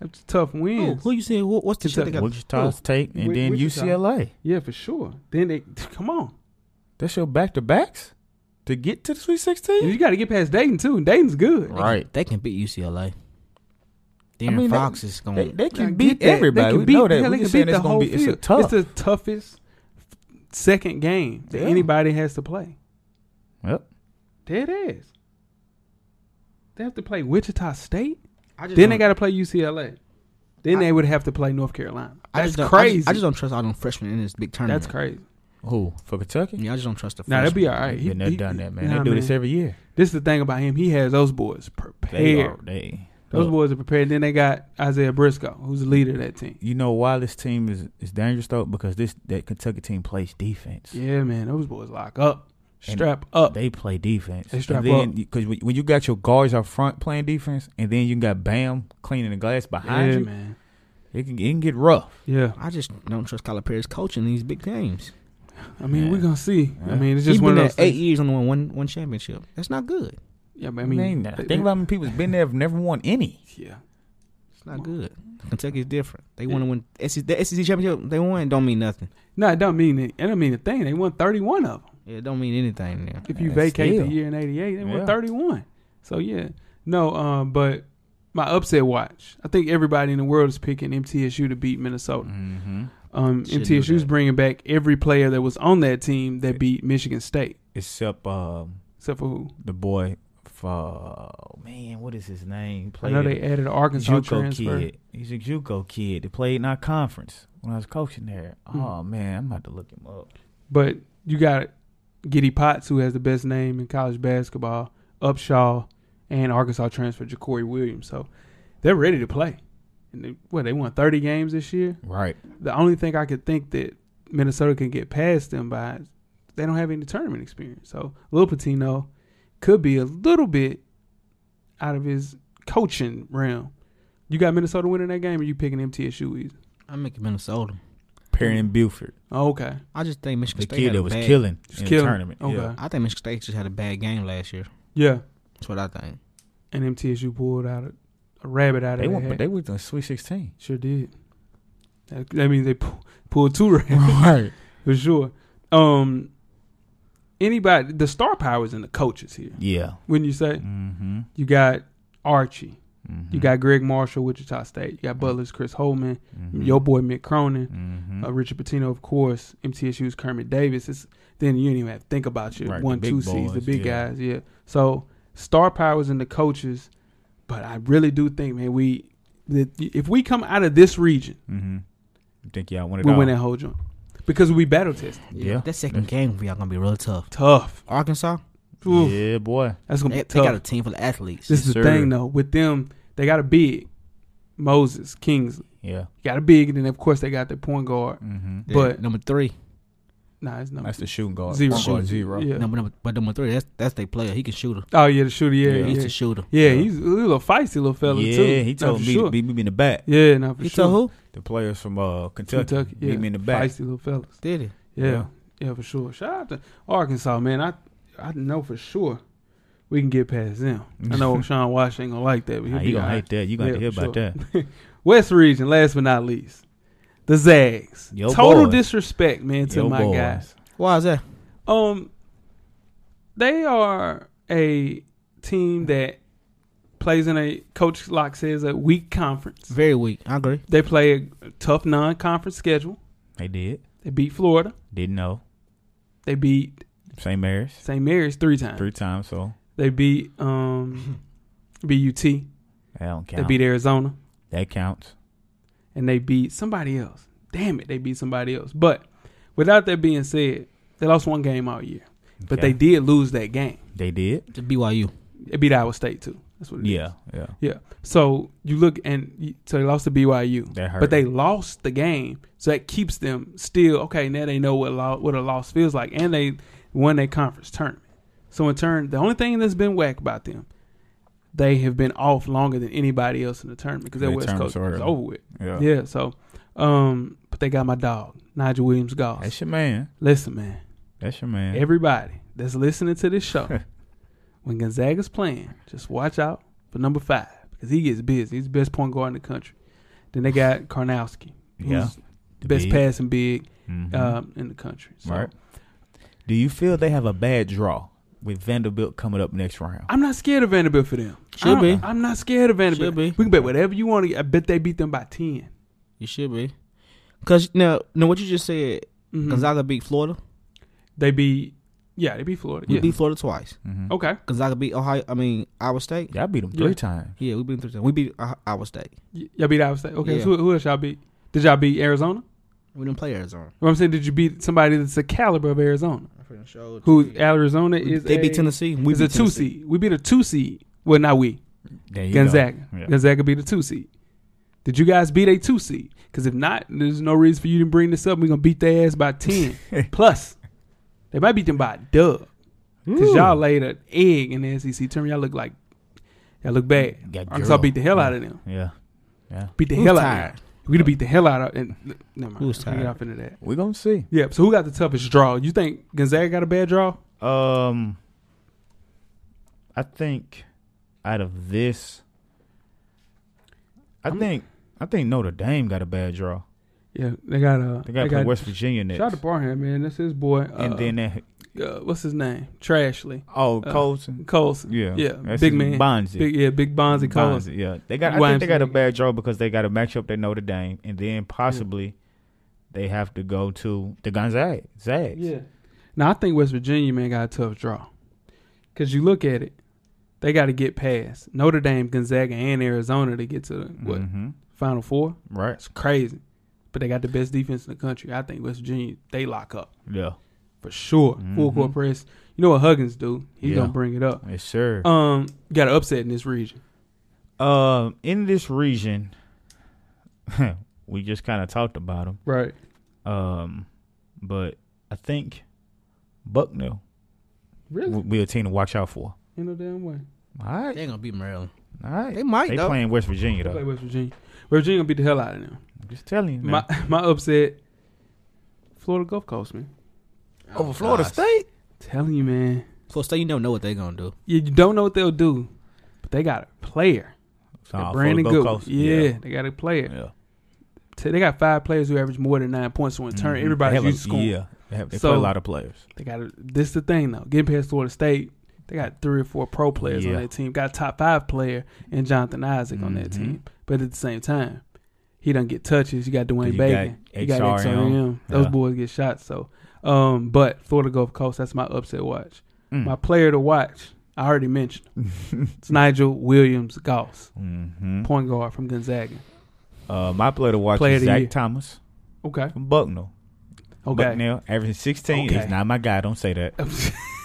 S2: That's a tough
S4: who,
S2: win.
S4: who you said? What, what's the shit they got?
S3: Wichita State and
S2: Wi-
S3: then
S2: Wichita.
S3: UCLA.
S2: Yeah, for sure. Then they (laughs) come on.
S3: That's your back to backs to get to the Sweet
S2: And
S3: 16.
S2: you got to get past Dayton too. And Dayton's good.
S3: Right.
S4: They can beat UCLA. Darren
S3: mean, they-
S4: Fox is going.
S3: They,
S4: to
S3: they
S2: Now,
S3: can
S2: get that.
S3: beat
S2: They
S3: everybody.
S2: can
S3: we
S2: beat-
S3: know that.
S2: yeah,
S3: we
S2: they
S3: just
S2: can
S3: saying
S2: beat
S3: it's
S2: the
S3: gonna
S2: whole
S3: be it's a
S2: field. It's
S3: tough.
S2: the toughest second game that
S3: Yeah.
S2: anybody has to play.
S3: yep.
S2: There it is. They have to play Wichita State.
S4: I just
S2: Then they
S4: don't-
S2: got to play UCLA. Then
S4: I-
S2: they would have to play North Carolina.
S4: I
S2: That's
S4: just don't- I
S2: crazy.
S4: just- I just, don't trust all them freshmen in this big tournament.
S2: That's crazy.
S3: Who for Kentucky?
S4: Yeah, I just don't trust the.
S2: Now
S4: freshmen.
S2: that'd be all right.
S3: Been there, done that, man.
S2: nah,
S3: they do this every year.
S2: This is the thing about him. He has those boys
S3: They
S2: prepared.
S3: are. They.
S2: Those
S3: Look,
S2: boys are prepared. Then they got Isaiah Briscoe, who's the leader of that team.
S3: You know why this team is, is dangerous though? Because this that Kentucky team plays defense.
S2: Yeah, man. Those boys lock up,
S3: And
S2: strap up.
S3: They play defense.
S2: They strap
S3: and then because when when you got your guards out front playing defense, and then you got Bam cleaning the glass behind
S2: yeah,
S3: you,
S2: man.
S3: it can, it can get rough.
S2: Yeah.
S4: I just don't trust Calipari's coaching these big games.
S2: I mean,
S3: Yeah.
S2: we're gonna see. I
S3: Yeah.
S2: mean, it's
S4: He's
S2: just one
S4: been
S2: of
S4: there
S2: those
S4: eight
S2: things.
S3: E
S4: years and won one one championship. That's not good.
S2: Yeah, but
S3: I
S2: I
S3: mean,
S2: mean, they-
S3: think about how many people's been there have never won any.
S2: yeah,
S4: It's not good. Kentucky's different. They want to win E SEC, the SEC championship. They won don't mean nothing.
S2: no, it don't mean it. It don't mean a thing. They won thirty-one of them.
S4: Yeah, it don't mean anything now.
S2: If you
S3: Yeah,
S2: vacate
S3: still.
S2: the year in '88, they
S3: Yeah.
S2: won thirty-one. So yeah, no, um, but my upset watch. I think everybody in the world is picking MTSU to beat Minnesota.
S3: Mm-hmm.
S2: Um,
S4: Shouldn't do
S2: MTSU's
S4: that.
S2: bringing back every player that was on that team that beat Michigan State,
S3: Except um,
S2: except for who?
S3: the boy, f- oh man, what is his name? He
S2: I
S3: Played
S2: know they added an Arkansas
S3: JUCO
S2: transfer.
S3: kid. He's a JUCO kid. that played in our conference when I was coaching there.
S2: Hmm.
S3: Oh man, I'm about to look him up.
S2: But you got Giddy Potts, who has the best name in college basketball, Upshaw, and Arkansas transfer Ja'Cory Williams. So they're ready to play. And they, what they won thirty games this year.
S3: Right.
S2: The only thing I could think that Minnesota can get past them by is they don't have any tournament experience. So Lil Patino could be a little bit out of his coaching realm. You got Minnesota winning that game, or you picking MTSU easy?
S4: I'm making Minnesota.
S3: Perrin Buford,
S2: Okay,
S4: I just think Michigan
S3: the
S4: State
S3: kid
S4: had a
S3: that was
S4: bad,
S3: killing
S2: Just
S3: in
S2: killing.
S3: the tournament.
S2: Okay.
S3: Yeah.
S4: I think Michigan State just had a bad game last year.
S2: yeah.
S4: That's what I think.
S2: And MTSU pulled out a, a rabbit out of
S3: They
S2: their
S3: went,
S2: hat.
S3: but they went to Sweet 16.
S2: Sure did. That, that means they pu- pulled two (laughs) rounds
S3: right.
S2: for sure. Um, anybody, the star power is in the coaches here.
S3: Yeah.
S2: Wouldn't you say?
S3: Mm-hmm.
S2: You got Archie,
S3: mm-hmm.
S2: you got Greg Marshall, Wichita State, you got Butler's Chris Holman,
S3: mm-hmm.
S2: your boy Mick Cronin,
S3: Mm-hmm.
S2: uh, Richard Pitino, of course, MTSU's Kermit Davis. It's, then you don't even have to think about your
S3: Right, the
S2: one,
S3: big
S2: two seeds, the
S3: boys,
S2: big
S3: yeah.
S2: guys. Yeah. So star power is in the coaches, but I really do think, man, we that if we come out of this region.
S3: mm-hmm. You think y'all won it
S2: we
S3: all?
S2: win that whole joint because we battle tested.
S3: Yeah.
S4: That second game for y'all gonna be real tough.
S2: Tough.
S4: Arkansas,
S2: Oof.
S3: Yeah, boy.
S2: That's gonna
S4: they,
S2: be
S4: they
S2: tough.
S4: got a team full of athletes.
S2: this is
S3: Yes,
S2: the
S3: sir.
S2: thing though. With them, they got a big Moses Kingsley.
S3: Yeah.
S2: Got a big, and then of course they got their point guard.
S3: Mm-hmm.
S4: They're
S2: but-
S4: number three,
S2: Nah, it's number
S3: That's the shooting guard.
S2: zero.
S3: Point guard zero.
S2: Yeah.
S4: number, number, but number three, that's that's their player. He can shoot her.
S2: Oh yeah, the shooter. Yeah,
S3: Yeah.
S2: yeah.
S4: He's
S2: yeah.
S4: the shooter.
S2: he's a little feisty little fella
S3: yeah,
S2: too.
S3: he
S2: Nah,
S3: told
S2: for
S3: me
S2: sure.
S3: to beat me in the back.
S2: Yeah, not for
S4: He
S2: sure.
S4: told who?
S3: The players from uh, Kentucky,
S2: Kentucky. Yeah,
S3: beat me in the back.
S2: Feisty little fellas.
S4: Did he?
S2: Yeah.
S3: Yeah.
S2: yeah, for sure. Shout out to Arkansas, man. I I know for sure we can get past them. I
S3: (laughs)
S2: know Sean Wash ain't gonna like that, but he'll
S3: Nah,
S2: be
S3: you gonna
S2: all right.
S3: hate that. You gonna
S2: Yeah,
S3: hear
S2: for
S3: about
S2: sure.
S3: that.
S2: West Region, last but not least, the Zags.
S3: Yo
S2: Total
S3: boys.
S2: disrespect, man, to
S3: Yo
S2: my
S3: boys.
S2: guys.
S4: Why is that?
S2: Um, they are a team that plays in a coach lock says a weak conference.
S4: Very weak. I agree.
S2: They play a tough non-conference schedule.
S3: They did.
S2: They beat Florida.
S3: Didn't know.
S2: They beat
S3: St. Mary's
S2: St. Mary's three times.
S3: three times, so
S2: They beat
S3: (laughs)
S2: um, BUT.
S3: that don't
S2: They
S3: count.
S2: beat Arizona.
S3: that counts.
S2: and they beat somebody else. Damn it, they beat somebody else. But without that being said, they lost one game all year. But
S3: Okay.
S2: they did lose that game.
S3: They did.
S4: To BYU.
S2: It beat Iowa State too. That's what it is.
S3: Yeah, yeah.
S2: Yeah. So you look and you- so they lost to BYU.
S3: That hurt.
S2: But they lost the game, so that keeps them still okay. Now they know what lo- what a loss feels like, and they won their conference tournament. So in turn, the only thing that's been whack about them, they have been off longer than anybody else in the tournament because their
S3: They
S2: West
S3: turned
S2: Coast
S3: so
S2: was
S3: early.
S2: over with.
S3: yeah.
S2: Yeah. So, um, but they got my dog Nigel Williams Goss.
S3: That's your man.
S2: Listen, man,
S3: That's your man.
S2: everybody that's listening to this
S3: (laughs)
S2: show, when Gonzaga's playing, just watch out for number five because he gets busy. He's the best point guard in the country. Then they got Karnowski, who's
S3: Yeah,
S2: the best
S3: big.
S2: passing big
S3: Mhm.
S2: um, in the country. So
S3: Right. Do you feel they have a bad draw with Vanderbilt coming up next round?
S2: I'm not scared of Vanderbilt for them.
S4: Should
S2: I'm,
S4: be.
S2: I'm not scared of Vanderbilt.
S4: Should be.
S2: We can bet whatever you want. to I bet they beat them by 10
S4: You should be. Cause now, now what you just said,
S2: Mhm.
S4: Gonzaga beat Florida.
S2: They beat. Yeah, they beat Florida.
S4: We
S2: Yeah.
S4: beat Florida twice.
S3: Mm-hmm.
S2: okay.
S4: Gonzaga beat Ohio. I mean Iowa State.
S3: Y'all beat them
S2: Yeah.
S3: three times.
S4: Yeah, we beat them. three- We beat uh, Iowa State.
S2: Y- y'all beat Iowa State. Okay.
S4: Yeah.
S2: So who, who else y'all beat? Did y'all beat Arizona?
S4: We didn't play Arizona.
S2: What I'm saying, did you beat somebody that's the caliber of Arizona?
S4: I'm pretty sure.
S2: Who Arizona
S4: We-
S2: is?
S4: they beat
S2: a-
S4: Tennessee. We
S2: is
S4: beat
S2: a two
S4: Tennessee.
S2: seed. We beat a two seed. Well, not we.
S3: There you go.
S2: Gonzaga.
S3: Yeah.
S2: Gonzaga beat a two seed. Did you guys beat a two seed? Because if not, there's no reason for you to bring this up. We're gonna beat their ass by
S3: (laughs)
S2: ten plus. They might beat them by a dub. Because y'all laid an egg in the SEC tournament. Y'all look like y'all look bad.
S3: Got
S2: Arkansas
S3: drilled.
S2: beat the hell out of them.
S3: Yeah.
S2: Beat the
S4: Who's
S2: hell out
S4: tired?
S2: of them. We'd have beat the hell out of and never mind.
S4: Who's
S2: Let me Get
S4: tired?
S2: off into that.
S3: We're going to see.
S2: Yeah. So who got the toughest draw? You think Gonzaga got a bad draw?
S3: Um, I think out of this, I
S2: I'm-
S3: think I think Notre Dame got a bad draw.
S2: Yeah, they got uh
S3: They got to play West Virginia next,
S2: Shout out to Barham, man. That's his boy. Uh,
S3: and then that,
S2: uh, what's his name? Trashley
S3: oh
S2: uh,
S3: Colton,
S2: Colson.
S3: yeah,
S2: yeah,
S3: that's
S2: big man.
S3: his- Bonzi,
S2: Big, yeah, Big Bonzi Colson.
S3: Bonzi, yeah. They got I think they got a
S2: YMCA.
S3: bad draw because they got to match up their Notre Dame, and then possibly they have to go to the Gonzaga. Zags.
S2: Yeah. Now I think West Virginia man got a tough draw, cause you look at it, they got to get past Notre Dame, Gonzaga, and Arizona to get to the, what
S3: Mhm.
S2: Final Four.
S3: Right.
S2: That's crazy, but they got the best defense in the country. I think West Virginia they lock up
S3: Yeah.
S2: for sure. Full court press. You know what Huggins do? He's
S3: Mm-hmm. Yeah.
S2: gonna bring it up.
S3: Yes, sir.
S2: Um, got an upset in this region.
S3: Um, in this region, (laughs) we just kind of talked about them.
S2: Right.
S3: Um, but I think Bucknell
S2: Really?
S3: will be a team to watch out for.
S2: In no damn way.
S3: All right,
S4: They ain't gonna beat Maryland.
S3: all right.
S4: They might
S3: They
S4: though.
S3: playing West Virginia
S2: Play
S3: though.
S2: West Virginia. West Virginia gonna beat the hell out of them.
S3: I'm just telling you.
S2: My
S3: now.
S2: (laughs) my upset. Florida Gulf Coast, man.
S3: over Florida
S4: gosh.
S3: State.
S2: Telling you, man.
S4: Florida State, you don't know what they're gonna do.
S2: You you don't know what they'll do, but they got a player.
S3: Nah,
S2: That Brandon
S3: Florida
S2: Good.
S3: Gulf Coast.
S2: Yeah, they got a player.
S3: yeah.
S2: T- They got five players who average more than nine points. So in turn,
S3: Mhm.
S2: everybody's
S3: They have a-
S2: used to scoring.
S3: Yeah, they, have, they play
S2: So-
S3: a lot of players.
S2: They got a, this. the thing though. Getting past Florida State, they got three or four pro players on
S3: Yeah.
S2: their team. Got a top five player and Jonathan Isaac on that
S3: Mhm.
S2: team. But at the same time, he doesn't get touches. You got Dwayne
S3: You
S2: Bacon.
S3: got
S2: you got
S3: XRM.
S2: XRM. Those
S3: Yeah.
S2: boys get shots. So, um, but Florida Gulf Coast. That's my upset watch.
S3: Mm. (laughs)
S2: My player to watch. I already mentioned. him. it's Nigel Williams Goss,
S3: Mhm.
S2: point guard from Gonzaga.
S3: Uh, my player to watch
S2: Player of
S3: is
S2: the
S3: Zach
S2: year.
S3: Thomas
S2: Okay.
S3: from Bucknell.
S2: Okay.
S3: Bucknell averaging 16.
S2: Okay.
S3: He's not my guy. Don't say that.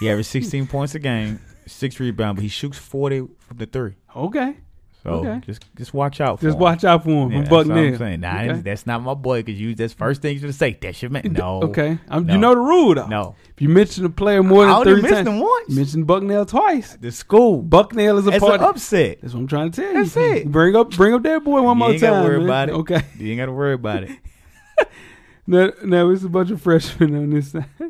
S3: He averaged 16 points a game, six rebounds, but he shoots 40 from the three.
S2: (laughs) okay.
S3: So
S2: Okay.
S3: just just watch out for
S2: Just
S3: him.
S2: watch out for him
S3: Yeah,
S2: from
S3: that's what I'm
S2: Bucknell.
S3: saying. Nah,
S2: Okay.
S3: that's not my boy because you that's first thing you're going to say. That's your man.
S2: (laughs)
S3: No.
S2: Okay. I'm, You
S3: No.
S2: know the rule though.
S3: No.
S2: If you mention a player more
S3: I
S2: than
S3: only
S2: three
S3: missed
S2: times,
S3: him once.
S2: mention Bucknell twice.
S3: The school.
S2: Bucknell is a
S3: It's
S2: part.
S3: an
S2: Of,
S3: upset.
S2: that's what I'm trying to tell
S3: That's
S2: you.
S3: it.
S2: Bring up, bring up that boy one
S3: you
S2: more
S3: ain't
S2: time.
S3: gotta worry
S2: man.
S3: about it.
S2: Okay. (laughs)
S3: You ain't got to worry about it.
S2: Now, now it's a bunch of freshmen on this side. (laughs)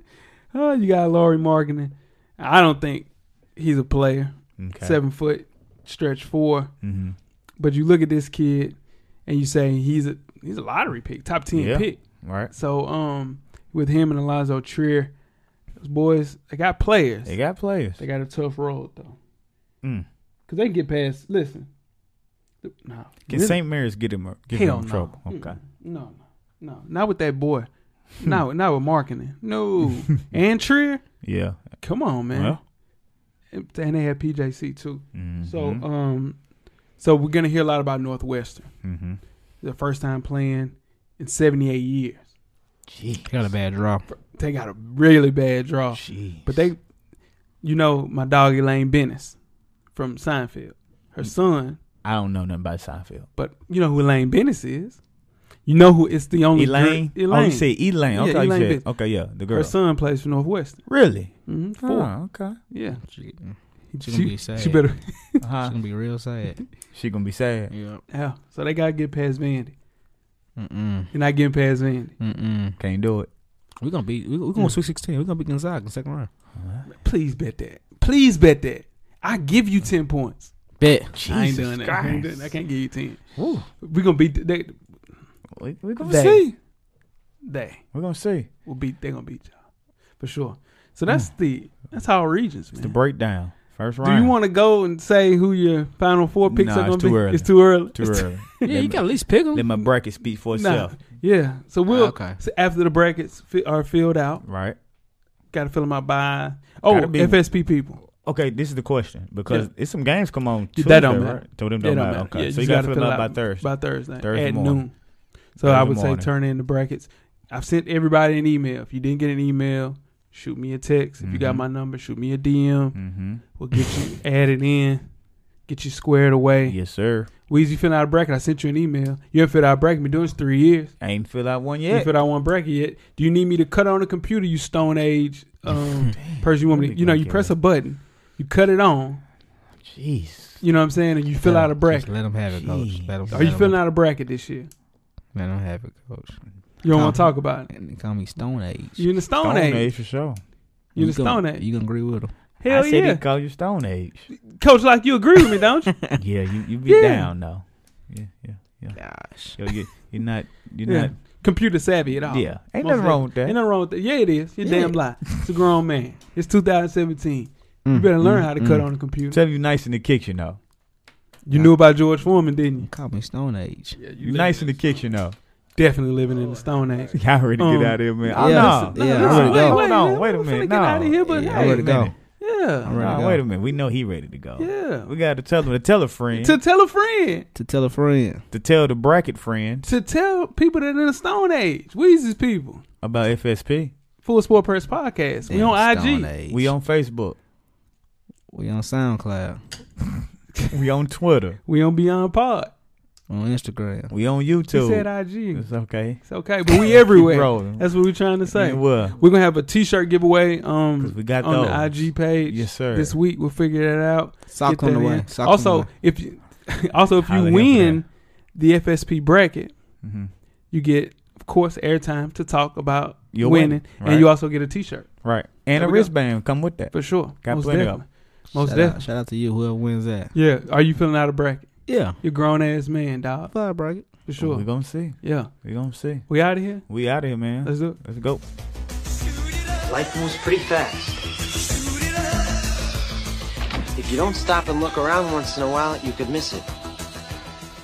S2: oh, you got Laurie Markkinen. I don't think he's a player.
S3: (laughs) Okay.
S2: Seven foot, stretch four.
S3: Mhm.
S2: But you look at this kid, and you say he's a he's a lottery pick, top ten
S3: Yeah.
S2: pick.
S3: All right.
S2: So um, with him and Alonzo Trier, those boys they got players.
S3: They got players.
S2: They got a tough road though,
S3: Mm.
S2: cause they can get past. Listen, th- no,
S3: Can
S2: really-
S3: St. Mary's get him, get
S2: Hell
S3: him in
S2: no.
S3: trouble? Okay.
S2: no, no, no, not with that boy. no, not with marketing.
S3: (laughs)
S2: No, and Trier.
S3: Yeah.
S2: Come on, man.
S3: Well.
S2: And and they had PJC too.
S3: Mhm.
S2: So um, so we're gonna hear a lot about Northwestern.
S3: Mhm.
S2: The first time playing in seventy eight years.
S3: Gee.
S4: They got a bad draw.
S2: They got a really bad draw,
S3: Gee.
S2: but they you know my dog Elaine Bennis from Seinfeld. Her
S3: Mm.
S2: son,
S3: I don't know nothing about Seinfeld.
S2: but you know who Elaine Bennis is. You know who it's the only girl-
S3: Elaine? Oh, you
S2: Elaine.
S3: said Elaine.
S2: Yeah,
S3: Okay, you
S2: Elaine
S3: said-
S2: Benz.
S3: okay, yeah, the
S2: her
S3: girl.
S2: son plays for Northwestern.
S3: Really?
S2: hmm Four.
S3: Oh, okay.
S2: Yeah.
S4: She, she gonna be sad.
S2: she better.
S4: She
S3: Uh-huh.
S4: gonna be real (laughs) sad.
S3: She gonna be sad.
S4: Yep.
S2: Yeah. So they gotta get past Vandy.
S4: Mm-mm.
S2: You're not getting past Vandy.
S4: Mm-mm.
S3: Can't do it.
S4: We're gonna be we're
S2: Hmm.
S4: going to Sweet Sixteen. We're gonna be Gonzaga in the second round.
S2: Please bet that. Please bet that. I give you ten points.
S4: Bet.
S2: I ain't doing that. I, ain't doing that. I can't give you ten. We gonna beat. They,
S3: We, we gonna
S2: They.
S3: see.
S2: they
S3: We're gonna see.
S2: will beat. They gonna beat y'all for sure. So that's the that's how regions.
S3: Hmm. It's the
S2: man.
S3: breakdown. First round.
S2: Do you want to go and say who your final four picks
S3: Nah,
S2: are gonna
S3: it's too
S2: be?
S3: early.
S2: It's too early.
S3: Too
S2: It's (laughs) too-
S3: early.
S4: Yeah,
S3: Let
S4: you
S3: my-
S4: got at least pick them.
S3: Let my bracket speak for
S2: Nah.
S3: itself.
S2: Yeah. So we'll
S4: Ah,
S3: Ah,
S4: okay.
S2: so after the brackets fi- are filled out.
S3: Right.
S2: Got to fill them out by oh
S3: Gotta be-
S2: FSP people.
S3: Okay, this is the question because
S2: Yeah.
S3: it's some games come on.
S2: Yeah,
S3: Tuesday,
S2: that don't matter.
S3: right? So them
S2: They
S3: don't
S2: don't
S3: matter.
S2: matter.
S3: Okay,
S2: Yeah,
S3: so you
S2: just
S3: got
S2: gotta
S3: to fill
S2: fill
S3: out by
S2: out
S3: Thursday.
S2: By Thursday,
S3: Thursday
S2: at
S3: morning.
S2: noon. So I
S3: Thursday
S2: would say
S3: morning.
S2: turn in the brackets. I've sent everybody an email. If you didn't get an email, shoot me a text. If you got
S3: Mhm.
S2: my number, shoot me a DM.
S3: Mm-hmm.
S2: We'll get you (laughs) added in, get you squared away.
S3: Yes, sir.
S2: Weezy fill out a bracket. I sent you an email. You haven't filled out a bracket. Been doing this three years.
S3: Ain't fill out one
S2: You You
S3: yet.
S2: filled out one bracket yet? Do you need me to cut on the computer? You stone age
S3: (laughs)
S2: um, person. You want me?
S3: Let
S2: To,
S3: me
S2: you know,
S3: go
S2: you
S3: get
S2: press
S3: it.
S2: a button, you cut it on.
S3: Jeez.
S2: You know what I'm saying? And you fill
S3: Yeah,
S2: out a
S4: Just
S2: bracket.
S4: let them have it, coach.
S3: Jeez.
S4: Let 'em-
S2: Are
S4: let
S2: you
S4: 'em-
S2: filling out a bracket this year?
S4: Let them have it, coach.
S2: You don't want to
S4: Nah.
S2: talk about it.
S4: And they call me Stone Age.
S2: You in the stone, age.
S3: for sure.
S2: You in the
S4: gonna,
S2: stone age.
S4: You gonna agree with them?
S2: Hell
S3: I said
S2: yeah,
S3: he call you Stone Age.
S2: (laughs) Coach. Like you agree with me, don't
S3: (laughs)
S2: you?
S4: (laughs)
S3: yeah, you you be
S2: Yeah.
S3: down though. Yeah, yeah, yeah.
S4: Gosh.
S3: Yo, you you're not you're
S2: Yeah. Computer savvy at all?
S3: not. Yeah, ain't
S2: Most
S3: nothing wrong with
S2: Ain't
S3: that.
S2: nothing wrong with that. Yeah, it is. You're
S3: Yeah.
S2: damn lie. It's a grown man. It's 2017. You better learn how to
S3: Mm-hmm.
S2: cut on the computer.
S3: Tell you nice in the kitchen though. Mm-hmm.
S2: You knew about George Foreman, didn't you?
S4: Call me Stone Age.
S2: Yeah,
S3: You nice in the kitchen though. (laughs)
S2: Definitely living in the Stone Age.
S3: Y'all ready to get
S2: Um,
S3: out of here, man?
S4: yeah,
S3: Oh, no.
S4: listen, yeah,
S3: no,
S4: I'm ready to
S3: wait,
S4: go.
S3: Hold on, wait a
S2: I'm finna
S3: minute.
S2: get out of here,
S3: No,
S2: but
S4: Yeah,
S2: hey,
S4: I'm ready to go.
S2: yeah,
S4: I'm ready to
S3: no,
S4: go.
S3: wait a minute. We know he ready to go.
S2: yeah.
S3: We got to tell him to tell a friend,
S2: To tell a friend,
S4: To tell a friend.
S3: to tell the bracket friend
S2: to tell people that in the Stone Age, Weezy's people,
S3: about FSP.
S2: Full Sport Press Podcast. We
S4: Damn,
S2: on IG.
S4: Stone Age.
S3: We on Facebook.
S4: We on SoundCloud.
S3: We on Twitter.
S2: We on Beyond Pod.
S4: We on Instagram.
S3: We on
S2: He
S3: YouTube.
S2: said IG.
S3: it's okay.
S2: It's okay, but we
S3: (laughs) Keep
S2: everywhere.
S3: rolling.
S2: That's what we're trying to say.
S3: Yeah, well,
S2: We're gonna have a T-shirt giveaway
S3: 'cause
S2: um
S3: we got
S2: on the
S3: those.
S2: IG page.
S3: Yes, sir.
S2: This week we'll figure that out.
S4: Sock
S2: Get
S4: on the
S2: that
S4: way.
S2: in.
S4: Sock on the
S2: also,
S4: way.
S2: if you (laughs) also if
S3: Holla
S2: you
S3: at him for
S2: win the FSP bracket,
S3: hmm
S2: you get of course airtime to talk about
S3: You're
S2: winning,
S3: winning, right.
S2: and you also get a T-shirt
S3: Right. And
S2: There
S3: a
S2: we go.
S3: wristband come with that.
S2: for sure.
S3: Got
S2: Most
S3: plenty of
S2: definitely. Most
S4: shout out,
S2: definitely.
S4: shout out to you, whoever wins that.
S2: Yeah. Are you filling out a bracket?
S4: Yeah.
S2: You're a grown ass man, dog.
S4: Fly bracket.
S2: For sure.
S3: We're going to see.
S2: Yeah.
S3: We're going to see.
S2: We out of here.
S3: We out of here, man.
S2: Let's do it.
S3: Let's go.
S7: Life moves pretty fast. If you don't stop and look around once in a while, you could miss it.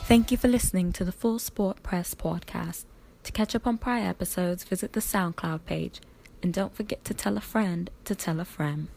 S1: Thank you for listening to the Full Sport Press podcast. To catch up on prior episodes, visit the SoundCloud page. And don't forget to tell a friend to tell a friend.